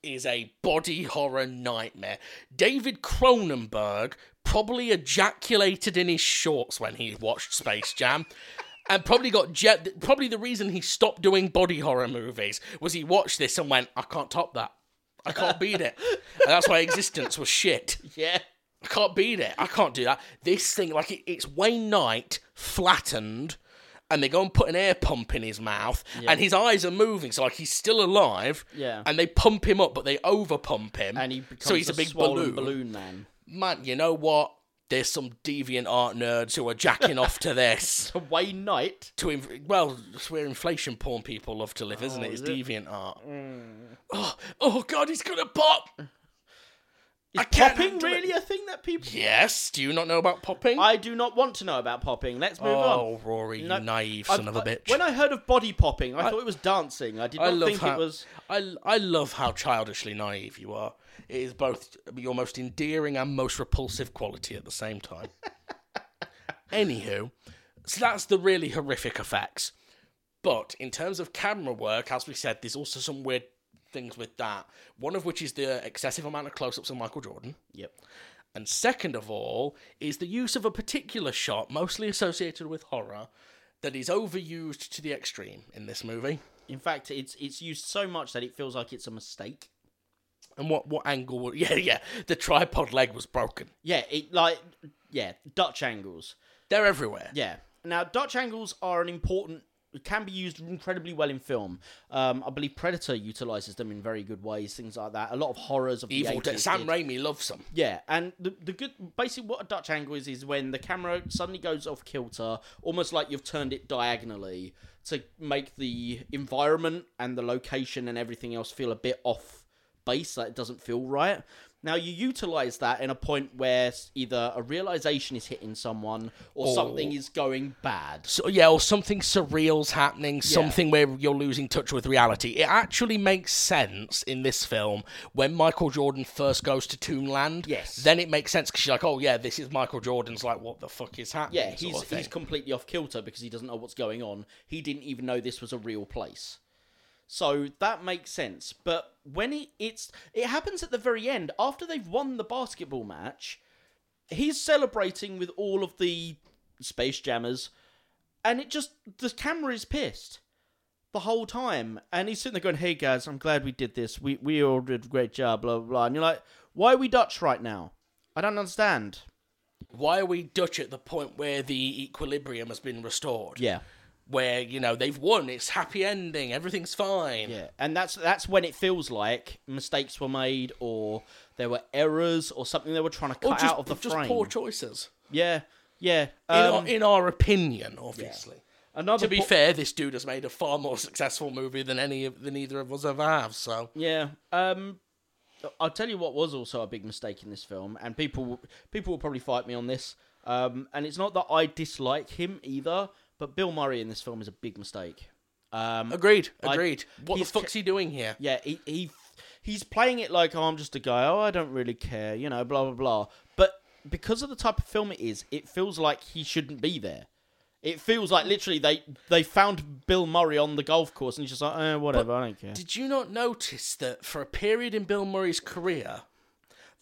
is a body horror nightmare. David Cronenberg probably ejaculated in his shorts when he watched Space Jam. And probably got jet. Probably the reason he stopped doing body horror movies was he watched this and went, "I can't top that. I can't beat it." And that's why existence was shit.
yeah.
I can't beat it. I can't do that. This thing, like, it, it's Wayne Knight flattened, and they go and put an air pump in his mouth,
Yeah.
and his eyes are moving, so like he's still alive.
Yeah.
And they pump him up, but they over pump him,
and he becomes
so he's a, big balloon.
balloon man.
Man, you know what? There's some deviant art nerds who are jacking off to this.
To Wayne Knight.
To inf- well, it's where inflation porn people love to live, isn't it? It's
is it? Mm.
deviant art. Oh, oh God, he's gonna pop!
Is
I can't
popping
handle it.
really a thing that people?
Yes. Do you not know about popping?
I do not want to know about popping. Let's move on.
oh, Rory, you
No,
naive
I-
son of a
I-
bitch.
When I heard of body popping, I, thought it was dancing. I did
I
not
love
think
how
it was.
I, I love how childishly naive you are. It is both your most endearing and most repulsive quality at the same time. Anywho, so that's the really horrific effects. But in terms of camera work, as we said, there's also some weird things with that. One of which is the excessive amount of close ups of Michael Jordan.
Yep.
And second of all, is the use of a particular shot, mostly associated with horror, that is overused to the extreme in this movie.
In fact, it's it's used so much that it feels like it's a mistake.
And what what angle? Would, yeah, yeah. The tripod leg was broken.
Yeah, it like yeah Dutch angles.
They're everywhere.
Yeah. Now Dutch angles are an important. Can be used incredibly well in film. Um, I believe Predator utilizes them in very good ways. Things like that. A lot of horrors of
Evil
the 80s
Dead. Sam
did.
Raimi loves them.
Yeah, and the, the good basically what a Dutch angle is is when the camera suddenly goes off kilter, almost like you've turned it diagonally to make the environment and the location and everything else feel a bit off base, like it doesn't feel right. Now you utilize that in a point where s- either a realization is hitting someone or, something is going bad.
So yeah, or something surreal's happening. Something where you're losing touch with reality. It actually makes sense in this film when Michael Jordan first goes to Toonland.
Yes.
Then it makes sense because you're like, oh yeah, this is Michael Jordan's. Like, what the fuck is happening?
Yeah,
sort
he's
of thing.
he's completely off kilter because he doesn't know what's going on. He didn't even know this was a real place. So that makes sense. But when it, it's it happens at the very end after they've won the basketball match, he's celebrating with all of the space jammers and it just the camera is pissed the whole time and he's sitting there going, "Hey guys, I'm glad we did this. We we all did a great job, blah blah." blah. And you're like, "Why are we Dutch right now? I don't understand."
Why are we Dutch at the point where the equilibrium has been restored?
Yeah.
Where you know they've won. It's happy ending. Everything's fine.
Yeah, and that's that's when it feels like mistakes were made, or there were errors, or something they were trying to
Or
cut
just,
out of the
just
frame.
poor choices.
yeah, yeah.
in,
Um,
our, in our opinion, obviously.
another
To be
po-
fair, this dude has made a far more successful movie than any of, than either of us ever have. So
yeah. Um, I'll tell you what was also a big mistake in this film, and people people will probably fight me on this. Um, and it's not that I dislike him either, but Bill Murray in this film is a big mistake. Um,
agreed,
I-
agreed. what the
he's
fuck's he doing here?
Yeah, he, he he's playing it like oh, I'm just a guy. Oh, I don't really care, you know, blah blah blah. But because of the type of film it is, it feels like he shouldn't be there. It feels like literally they they found Bill Murray on the golf course and he's just like, eh, whatever, I don't care.
Did you not notice that for a period in Bill Murray's career?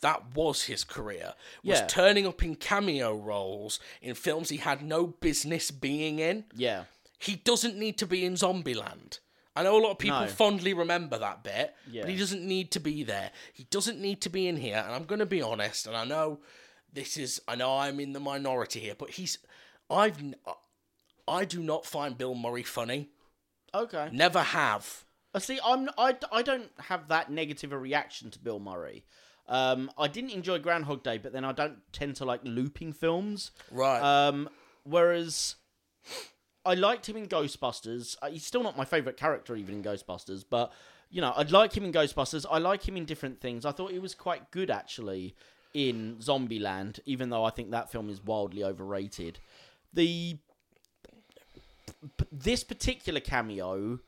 That was his career. Was
Yeah.
turning up in cameo roles in films he had no business being in.
yeah,
He doesn't need to be in Zombieland. I know a lot of people
No.
fondly remember that bit,
Yeah.
but he doesn't need to be there. He doesn't need to be in here. And I'm going to be honest, and I know this is, I know I'm in the minority here, but he's, I've, n- uh, I do not find Bill Murray funny.
okay.
Never have.
Uh, See, I'm I, I don't have that negative a reaction to Bill Murray. Um, I didn't enjoy Groundhog Day, but then I don't tend to like looping films.
Right.
Um, whereas I liked him in Ghostbusters. Uh, He's still not my favorite character, even in Ghostbusters, but you know, I'd like him in Ghostbusters. I like him in different things. I thought he was quite good actually in Zombieland, even though I think that film is wildly overrated. The p- this particular cameo.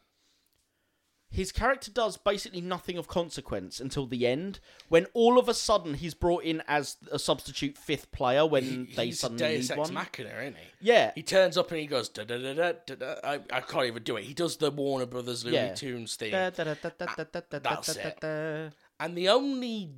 His character does basically nothing of consequence until the end, when all of a sudden he's brought in as a substitute fifth player when they
he's a
suddenly
Deus
need
Ex
one.
Machina, isn't he?
Yeah,
He turns up and he goes, da da da da da. da. I, I can't even do it. He does the Warner Brothers Looney
Yeah.
Tunes thing.
That's
that's it. And the only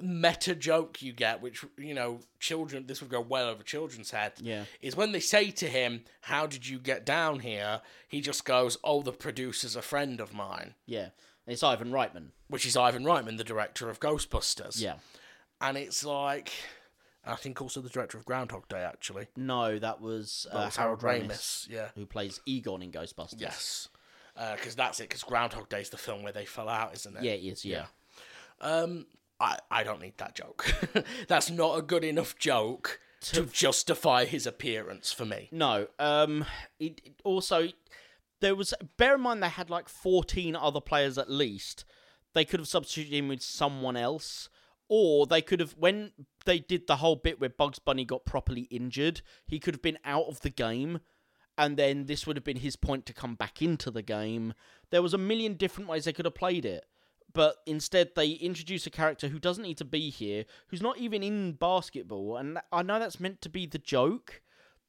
meta joke you get, which you know, children, this would go well over children's head,
Yeah.
is when they say to him, "How did you get down here?" He just goes, "Oh, the producer's a friend of mine,"
Yeah, it's Ivan Reitman.
which is Ivan Reitman, the director of Ghostbusters.
Yeah,
and it's like, I think also the director of Groundhog Day, actually.
No, that was,
That
uh,
was Harold
Ramis,
Ramis. Yeah.
who plays Egon in Ghostbusters.
Yes. Because that's it, because Groundhog Day's the film where they fell out, isn't it?
Yeah, it is. Yeah.
Um, I, I don't need that joke. that's not a good enough joke to justify his appearance for me.
No. Um. It, it also there was. Bear in mind they had like fourteen other players at least. They could have substituted him with someone else, or they could have when they did the whole bit where Bugs Bunny got properly injured. He could have been out of the game. And then this would have been his point to come back into the game. There was a million different ways they could have played it, but instead they introduce a character who doesn't need to be here, who's not even in basketball. And I know that's meant to be the joke,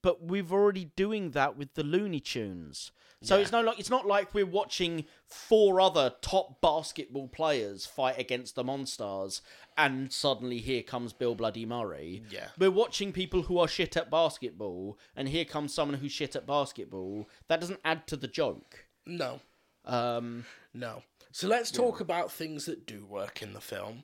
but we're already doing that with the Looney Tunes. So it's no like it's not like we're watching four other top basketball players fight against the Monstars, and suddenly here comes Bill Bloody Murray.
Yeah.
we're watching people who are shit at basketball, and here comes someone who's shit at basketball. That doesn't add to the joke.
No.
Um,
No. So let's talk about things that do work in the film.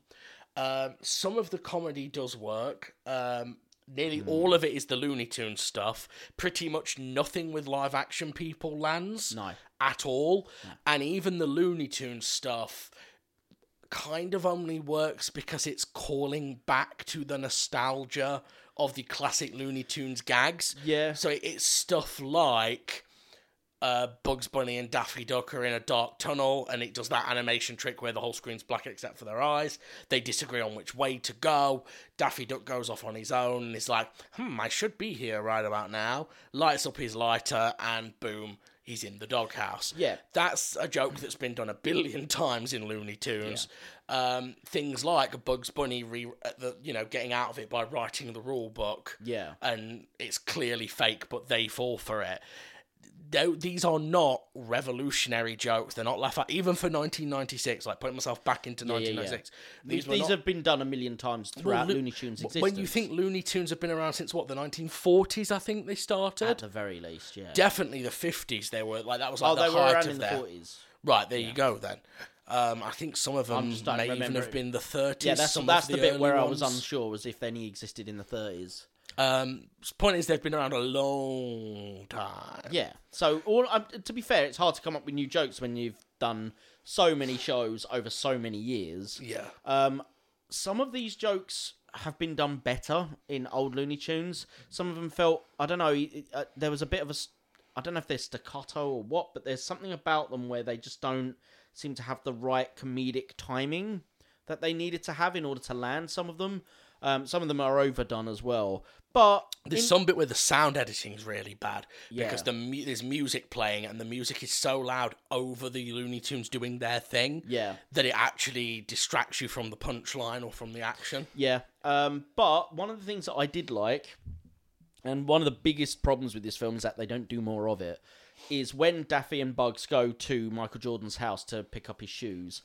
Um, some of the comedy does work. Um, nearly
Hmm.
all of it is the Looney Tunes stuff. Pretty much nothing with live action people lands
no,
at all. And even the Looney Tunes stuff kind of only works because it's calling back to the nostalgia of the classic Looney Tunes gags.
yeah,
So it- it's stuff like uh, Bugs Bunny and Daffy Duck are in a dark tunnel, and it does that animation trick where the whole screen's black except for their eyes. They disagree on which way to go. Daffy Duck goes off on his own and is like, hmm, I should be here right about now. Lights up his lighter, and boom, he's in the doghouse.
Yeah.
That's a joke that's been done a billion times in Looney Tunes. Um, things like Bugs Bunny, re- uh, the, you know, getting out of it by writing the rule book
yeah.
and it's clearly fake, but they fall for it. Tho- These are not revolutionary jokes. They're not laugh at even for 1996. Like putting myself back into
Yeah, yeah, yeah.
1996.
These,
were not-
have been done a million times throughout
Loo-
Looney Tunes'
w-
existence.
When you think Looney Tunes have been around since what the 1940s, I think they started.
at the very least, yeah.
Definitely the 50s. They were like that was like
oh,
the
they were
height
around
of
in the
their-
forties.
Right there you go then. Um, I think some of them
just starting to
may even
remember
have
it.
been the 30s.
Yeah, that's
some
that's
of the,
the, bit
early
where
ones.
I was unsure was if any existed in the thirties.
Um, point is they've been around a long time.
Yeah. So all um, to be fair, it's hard to come up with new jokes when you've done so many shows over so many years.
Yeah.
Um, some of these jokes have been done better in old Looney Tunes. Some of them felt I don't know. it- Uh, there was a bit of a s- I don't know if they're staccato or what, but there's something about them where they just don't seem to have the right comedic timing that they needed to have in order to land some of them. Um, some of them are overdone as well, but
There's some bit where the sound editing is really bad because
Yeah.
the mu- there's music playing and the music is so loud over the Looney Tunes doing their thing
yeah,
that it actually distracts you from the punchline or from the action.
Yeah. Um, but one of the things that I did like, and one of the biggest problems with this film is that they don't do more of it, is when Daffy and Bugs go to Michael Jordan's house to pick up his shoes.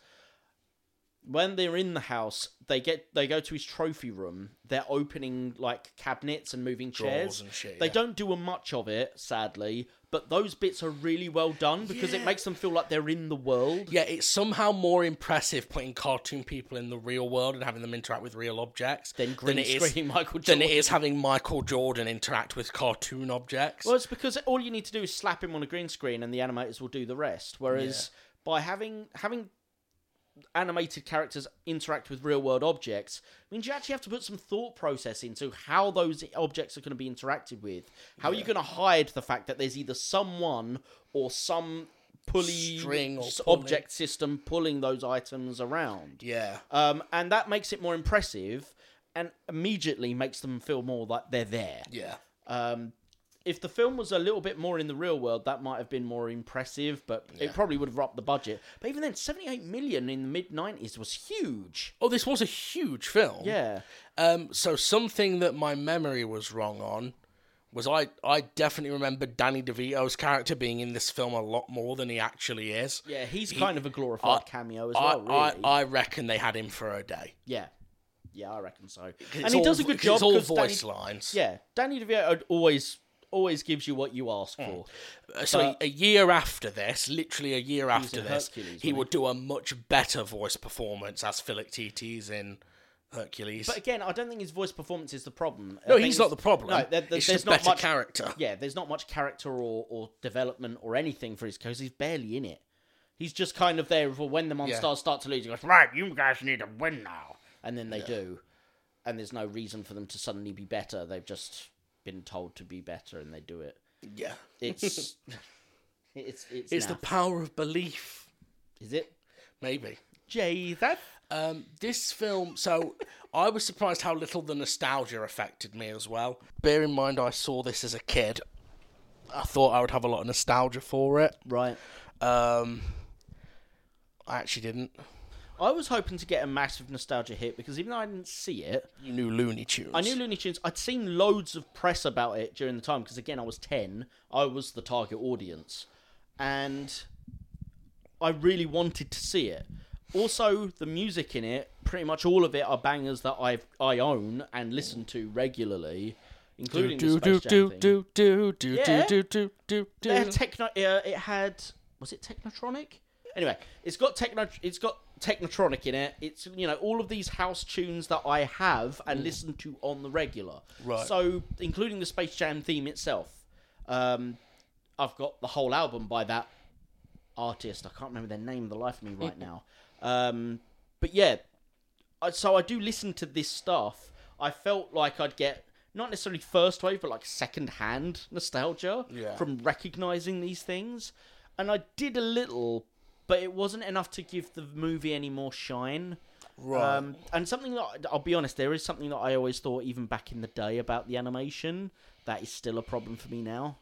When they're in the house, they get they go to his trophy room. They're opening like cabinets and moving chairs
Drawers and shit.
They
yeah.
don't do a much of it, sadly, but those bits are really well done because it
Yeah.
makes them feel like they're in the world.
Yeah, it's somehow more impressive putting cartoon people in the real world and having them interact with real objects
Then green
it is-
screening Michael Jordan.
than it is having Michael Jordan interact with cartoon objects.
Well, it's because all you need to do is slap him on a green screen, and the animators will do the rest. Whereas by having having animated characters interact with real world objects means you actually have to put some thought process into how those objects are going to be interacted with. How are you going to hide the fact that there's either someone or some pulley
String or
s-
pulley.
object system pulling those items around?
yeah.
Um, and that makes it more impressive, and immediately makes them feel more like they're there.
Yeah.
Um, if the film was a little bit more in the real world, that might have been more impressive, but it probably would have upped the budget. But even then, 78 million in the mid 90s was huge.
Oh, this was a huge film.
Yeah.
Um, so something that my memory was wrong on was I I definitely remember Danny DeVito's character being in this film a lot more than he actually is.
Yeah, he's kind of a glorified cameo as
I,
well, really.
I, I reckon they had him for a day.
yeah. Yeah, I reckon so.
It's
And he
all
does a
vo-
good
'cause
job
It's all
'cause
voice
Danny,
lines.
Yeah, Danny DeVito always always gives you what you ask for.
Uh, So a year after this, literally a year after
in
this,
Hercules,
he
wasn't
would do a much better voice performance as Felix Titis in Hercules.
But again, I don't think his voice performance is the problem. I
no,
think
he's
it's-
not the problem.
No, there- there-
it's
there's
just
not
better
much-
character.
Yeah, there's not much character or, or development or anything for his because he's barely in it. He's just kind of there for when the monsters start to lose. He goes right, you guys need to win now, and then they do, and there's no reason for them to suddenly be better. They've just been told to be better, and they do it.
Yeah.
It's it's it's,
It's the
naff.
power of belief,
is it
maybe.
Jay that
Um, this film, so I was surprised how little the nostalgia affected me as well. Bear in mind, I saw this as a kid. I thought I would have a lot of nostalgia for it.
right.
Um, I actually didn't.
I was hoping to get a massive nostalgia hit because even though I didn't see it,
You knew Looney Tunes.
I knew Looney Tunes. I'd seen loads of press about it during the time because, again, I was 10. I was the target audience. And I really wanted to see it. Also, the music in it, pretty much all of it are bangers that I've, I own and listen to regularly, including
Do
the
do
Space Jam
do
thing.
do do do
Yeah.
do do do do do.
They had techno. Uh, it had was it Technotronic? Anyway, it's got techno. It's got Technotronic in it. It's you know all of these house tunes that I have and listen to on the regular.
Mm. Right.
So including the Space Jam theme itself, um, I've got the whole album by that artist. I can't remember their name. The life of me right now. Um, but yeah, I- so I do listen to this stuff. I felt like I'd get not necessarily first wave, but like second hand nostalgia
Yeah.
from recognizing these things. And I did a little, but it wasn't enough to give the movie any more shine.
Right.
Um, and something that I'll be honest, there is something that I always thought, even back in the day, about the animation that is still a problem for me now.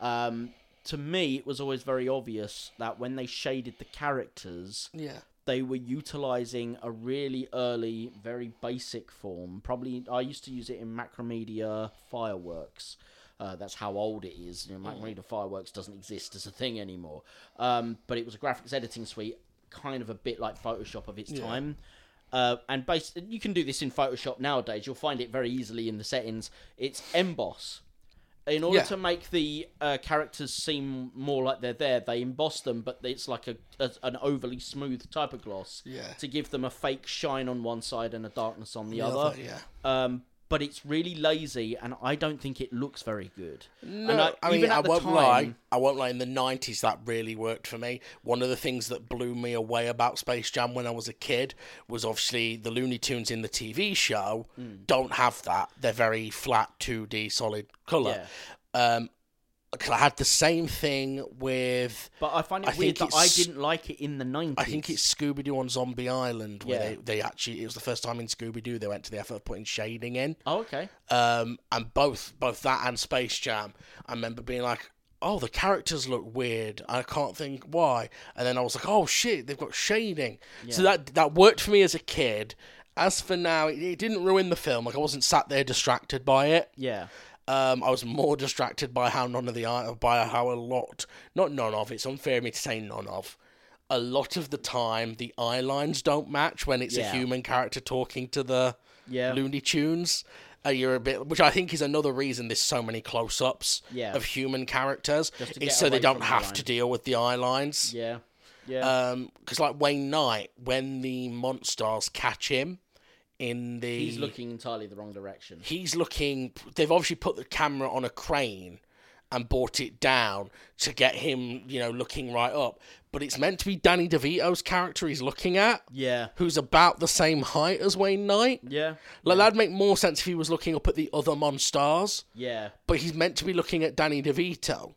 Um, to me, it was always very obvious that when they shaded the characters,
Yeah.
they were utilizing a really early, very basic form. Probably, I used to use it in Macromedia Fireworks. Uh, that's how old it is. You know, Macromedia Fireworks doesn't exist as a thing anymore. Um, but it was a graphics editing suite, kind of a bit like Photoshop of its time. Uh, and based, you can do this in Photoshop nowadays. You'll find it very easily in the settings. It's emboss. In order
Yeah.
to make the uh, characters seem more like they're there, they emboss them, but it's like a, a an overly smooth type of gloss
Yeah.
to give them a fake shine on one side and a darkness on the, other.
other, yeah.
Um, but it's really lazy, and I don't think it looks very good.
No,
and
I, mean,
even at
I
the
won't
time,
lie. I won't lie. In the '90s, that really worked for me. One of the things that blew me away about Space Jam when I was a kid was obviously the Looney Tunes in the TV show
Hmm.
don't have that. They're very flat, 2D, solid color. Um, 'cause I had the same thing with.
But I find it
I
weird
think
that I
it's-
didn't like it in the nineties.
I think it's Scooby Doo on Zombie Island where
Yeah.
they, they actually it was the first time in Scooby Doo they went to the effort of putting shading in.
oh okay.
um, and both both that and Space Jam, I remember being like, "Oh, the characters look weird. I can't think why." And then I was like, "Oh shit, they've got shading." So that that worked for me as a kid. As for now, it, it didn't ruin the film. Like I wasn't sat there distracted by it.
Yeah,
Um, I was more distracted by how none of the art- by how a lot, not none of. It's unfair of me to say none of. A lot of the time, the eye lines don't match when it's a
Yeah.
human character talking to the
Yeah.
Looney Tunes. Uh, you're a bit, which I think is another reason there's so many close-ups
Yeah.
of human characters.
to get
It's so
away
they don't
from the
have
line.
to deal with the eye lines.
yeah, yeah.
Uh, Because like Wayne Knight, when the monsters catch him in the
He's looking entirely the wrong direction.
he's looking they've obviously put the camera on a crane and brought it down to get him you know looking right up but it's meant to be danny devito's character he's looking at
Yeah,
who's about the same height as wayne knight
yeah,
like that'd make more sense if he was looking up at the other monstars
yeah.
but he's meant to be looking at danny devito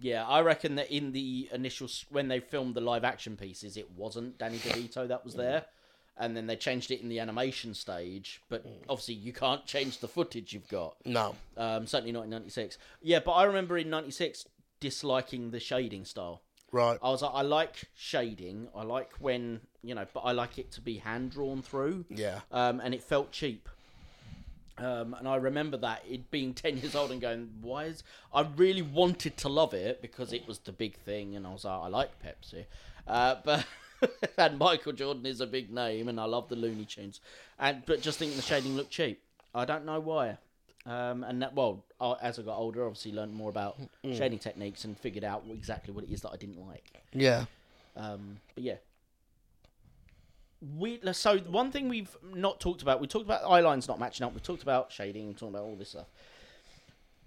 Yeah, I reckon that in the initial s- when they filmed the live action pieces, it wasn't Danny DeVito that was there, and then they changed it in the animation stage. But obviously, you can't change the footage you've got.
no
Um, certainly not in '96. Yeah, but I remember in '96 disliking the shading style.
right
I was like, I like shading. I like when you know, but I like it to be hand drawn through
yeah
um, and it felt cheap. Um, and I remember that it being ten years old and going, "Why is?" I really wanted to love it because it was the big thing, and I was like, "I like Pepsi," uh, but and Michael Jordan is a big name, and I love the Looney Tunes, and but just thinking the shading looked cheap. I don't know why. Um, and that well, I, as I got older, obviously learned more about shading techniques and figured out exactly what it is that I didn't like.
yeah
Um, but yeah, we so one thing we've not talked about we talked about eye lines not matching up we talked about shading we talked about all this stuff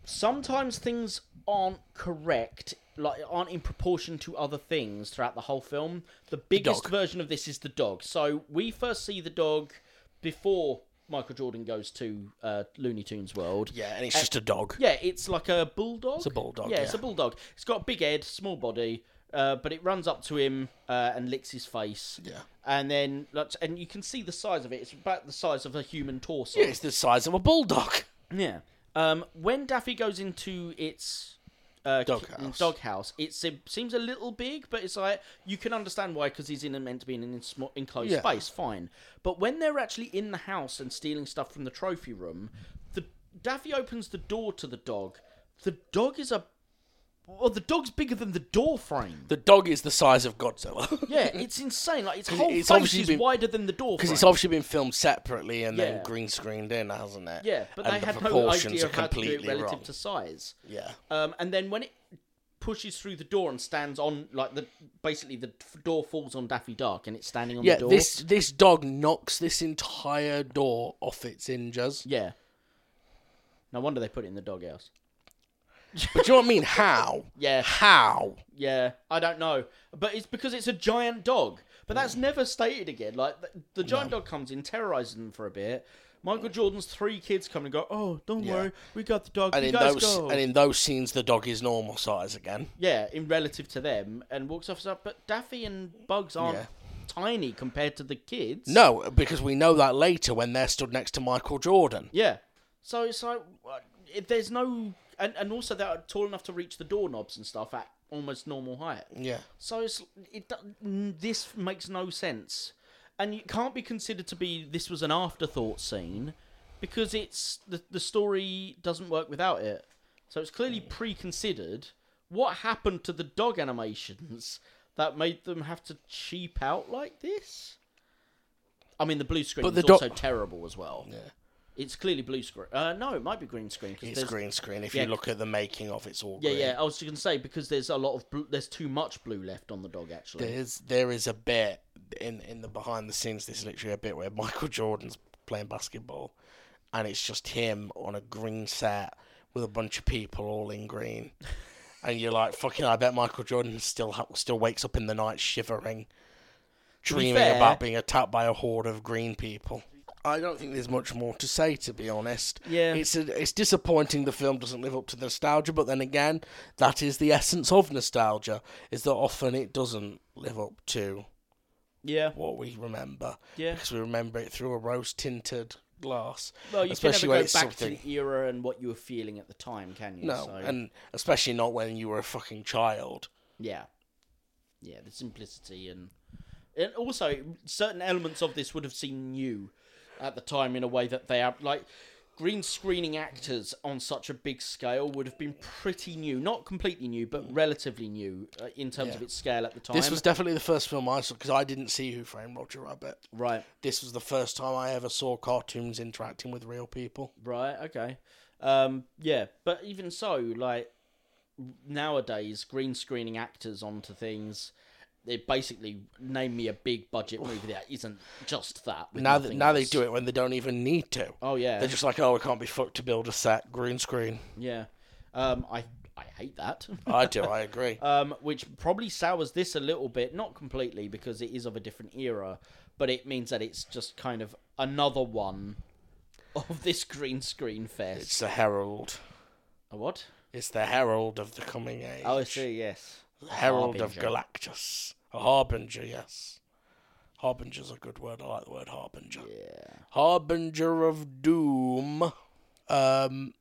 sometimes things aren't correct like aren't in proportion to other things throughout the whole film the biggest
dog.
version of this is the dog so we first see the dog before michael jordan goes to uh, looney tunes world
Yeah, and it's just a dog.
Uh, yeah, it's like a bulldog. It's
a bulldog,
Yeah, it's a
yeah.
bulldog. It's got a big head, small body, uh, but it runs up to him uh, and licks his face.
Yeah.
And then, like, and you can see the size of it. It's about the size of a human torso.
It's the size of a bulldog.
Yeah. Um, when Daffy goes into its uh,
Doghouse.
doghouse, it's, it seems a little big, but it's like you can understand why because he's in a meant to be in an insmo- enclosed
Yeah.
space. Fine, but when they're actually in the house and stealing stuff from the trophy room, the Daffy opens the door to the dog. The dog is a well, the dog's bigger than the door frame.
The dog is the size of Godzilla.
Yeah, it's insane. Like its whole
it's
face
obviously
is
been-
wider than the door frame.
Because it's obviously been filmed separately and
Yeah.
then green screened in, hasn't it?
yeah, but
and
they
the
had no
proportions
idea
are
of how to do it
completely
relative
wrong.
to size.
Yeah.
Um, and then when it pushes through the door and stands on like the basically the f- door falls on Daffy Dark and it's standing on
Yeah,
the door.
this this dog knocks this entire door off its hinges.
Yeah. No wonder they put it in the doghouse.
But do you know what I mean? How?
Yeah,
How?
yeah. I don't know, but it's because it's a giant dog. But
Mm.
that's never stated again. Like the, the giant dog comes in, terrorizes them for a bit. Michael Jordan's three kids come and go. Oh, don't worry, we got the dog.
And
you
in
guys
those
go.
and in those scenes, the dog is normal size again.
yeah, in relative to them, and walks off. But Daffy and Bugs aren't
Yeah.
tiny compared to the kids.
No, because we know that later when they're stood next to Michael Jordan.
Yeah. So it's like uh, if there's no, and, and also they're tall enough to reach the doorknobs and stuff at almost normal height.
Yeah.
So it's it do- n- this makes no sense, and it can't be considered to be this was an afterthought scene, because it's the the story doesn't work without it. So it's clearly
Mm.
pre-considered. What happened to the dog animations that made them have to cheap out like this? I mean, the blue screen
But
is
the do-
also terrible as well.
Yeah.
It's clearly blue screen. Uh, no, it might be green screen. 'cause
It's
there's-
green screen. If
yeah.
you look at the making of, it's all
Yeah,
green.
yeah. I was just gonna say because there's a lot of blue, there's too much blue left on the dog actually.
There's there is a bit in in the behind the scenes. There's literally a bit where Michael Jordan's playing basketball, and it's just him on a green set with a bunch of people all in green, and you're like, "Fucking!" I bet Michael Jordan still ha- still wakes up in the night shivering, dreaming
fair-
about being attacked by a horde of green people. I don't think there's much more to say, to be honest.
Yeah.
it's a, it's disappointing the film doesn't live up to the nostalgia, but then again, that is the essence of nostalgia: is that often it doesn't live up to
Yeah.
what we remember.
Yeah.
because we remember it through a rose-tinted glass.
Well, you
especially
can
when
never go back
it's something.
to the era and what you were feeling at the time, can you?
no,
So,
and especially not when you were a fucking child.
yeah, yeah. The simplicity and and also certain elements of this would have seemed new at the time in a way that they are like green screening actors on such a big scale would have been pretty new, not completely new, but relatively new uh, in terms of its scale at the time.
This was definitely the first film I saw because I didn't see Who Framed Roger Rabbit.
right.
This was the first time I ever saw cartoons interacting with real people.
Right. Okay. Um. Yeah. But even so, like nowadays, green screening actors onto things. They basically name me a big budget movie that isn't just that. with
Now, that,
nothing
now they
else.
do it when they don't even need to.
Oh yeah.
They're just like, oh, we can't be fucked to build a set green screen.
Yeah. Um. I I hate that.
I do. I agree.
um. Which probably sours this a little bit, not completely because it is of a different era, but it means that it's just kind of another one of this green screen fest.
It's the herald.
A what?
It's the herald of the coming age.
Oh, I see. Yes.
herald of
Harbinger.
Galactus. A harbinger. Yes. Harbinger's a good word. I like the word harbinger.
Yeah.
Harbinger of Doom. Um,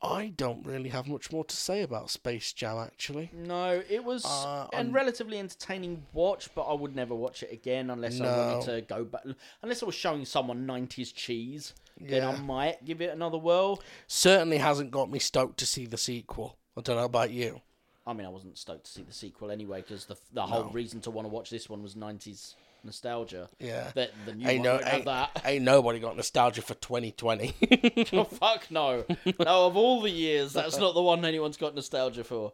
I don't really have much more to say about Space Jam. Actually,
No, it was
Uh,
a relatively entertaining watch, but I would never watch it again unless I wanted
No.
to go back. Unless I was showing someone '90s cheese, then I
Yeah.
might give it another whirl.
certainly hasn't got me stoked to see the sequel. I don't know about you.
I mean, I wasn't stoked to see the sequel anyway because the the whole reason to want to watch this one was '90s nostalgia.
Yeah.
the, the new
Ain't
one
no,
won't
ain't,
have that.
ain't nobody got nostalgia for 2020.
oh, fuck no! No, of all the years, that's not the one anyone's got nostalgia for.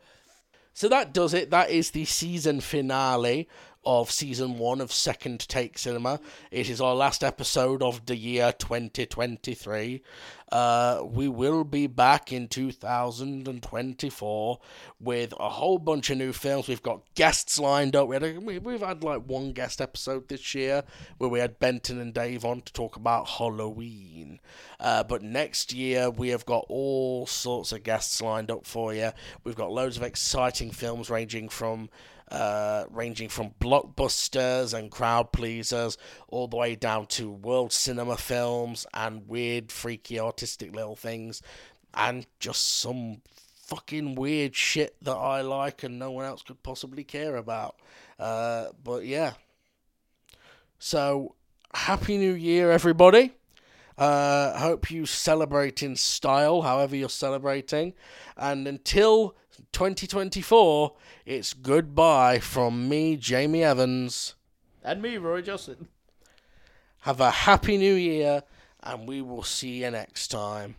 so that does it. That is the season finale of season one of Second Take Cinema. It is our last episode of the year 2023. Uh, we will be back in 2024 with a whole bunch of new films. We've got guests lined up. We had a, we, we've had like one guest episode this year where we had Benton and Dave on to talk about Halloween. Uh, but next year we have got all sorts of guests lined up for you. We've got loads of exciting films ranging from uh, ranging from blockbusters and crowd pleasers all the way down to world cinema films and weird, freaky, artistic little things, and just some fucking weird shit that I like and no one else could possibly care about. Uh, but yeah. So, Happy New Year, everybody. Uh, hope you celebrate in style, however you're celebrating. And until 2024, it's goodbye from me, Jamie Evans.
And me, Roy Jocelyn.
Have a happy new year, and we will see you next time.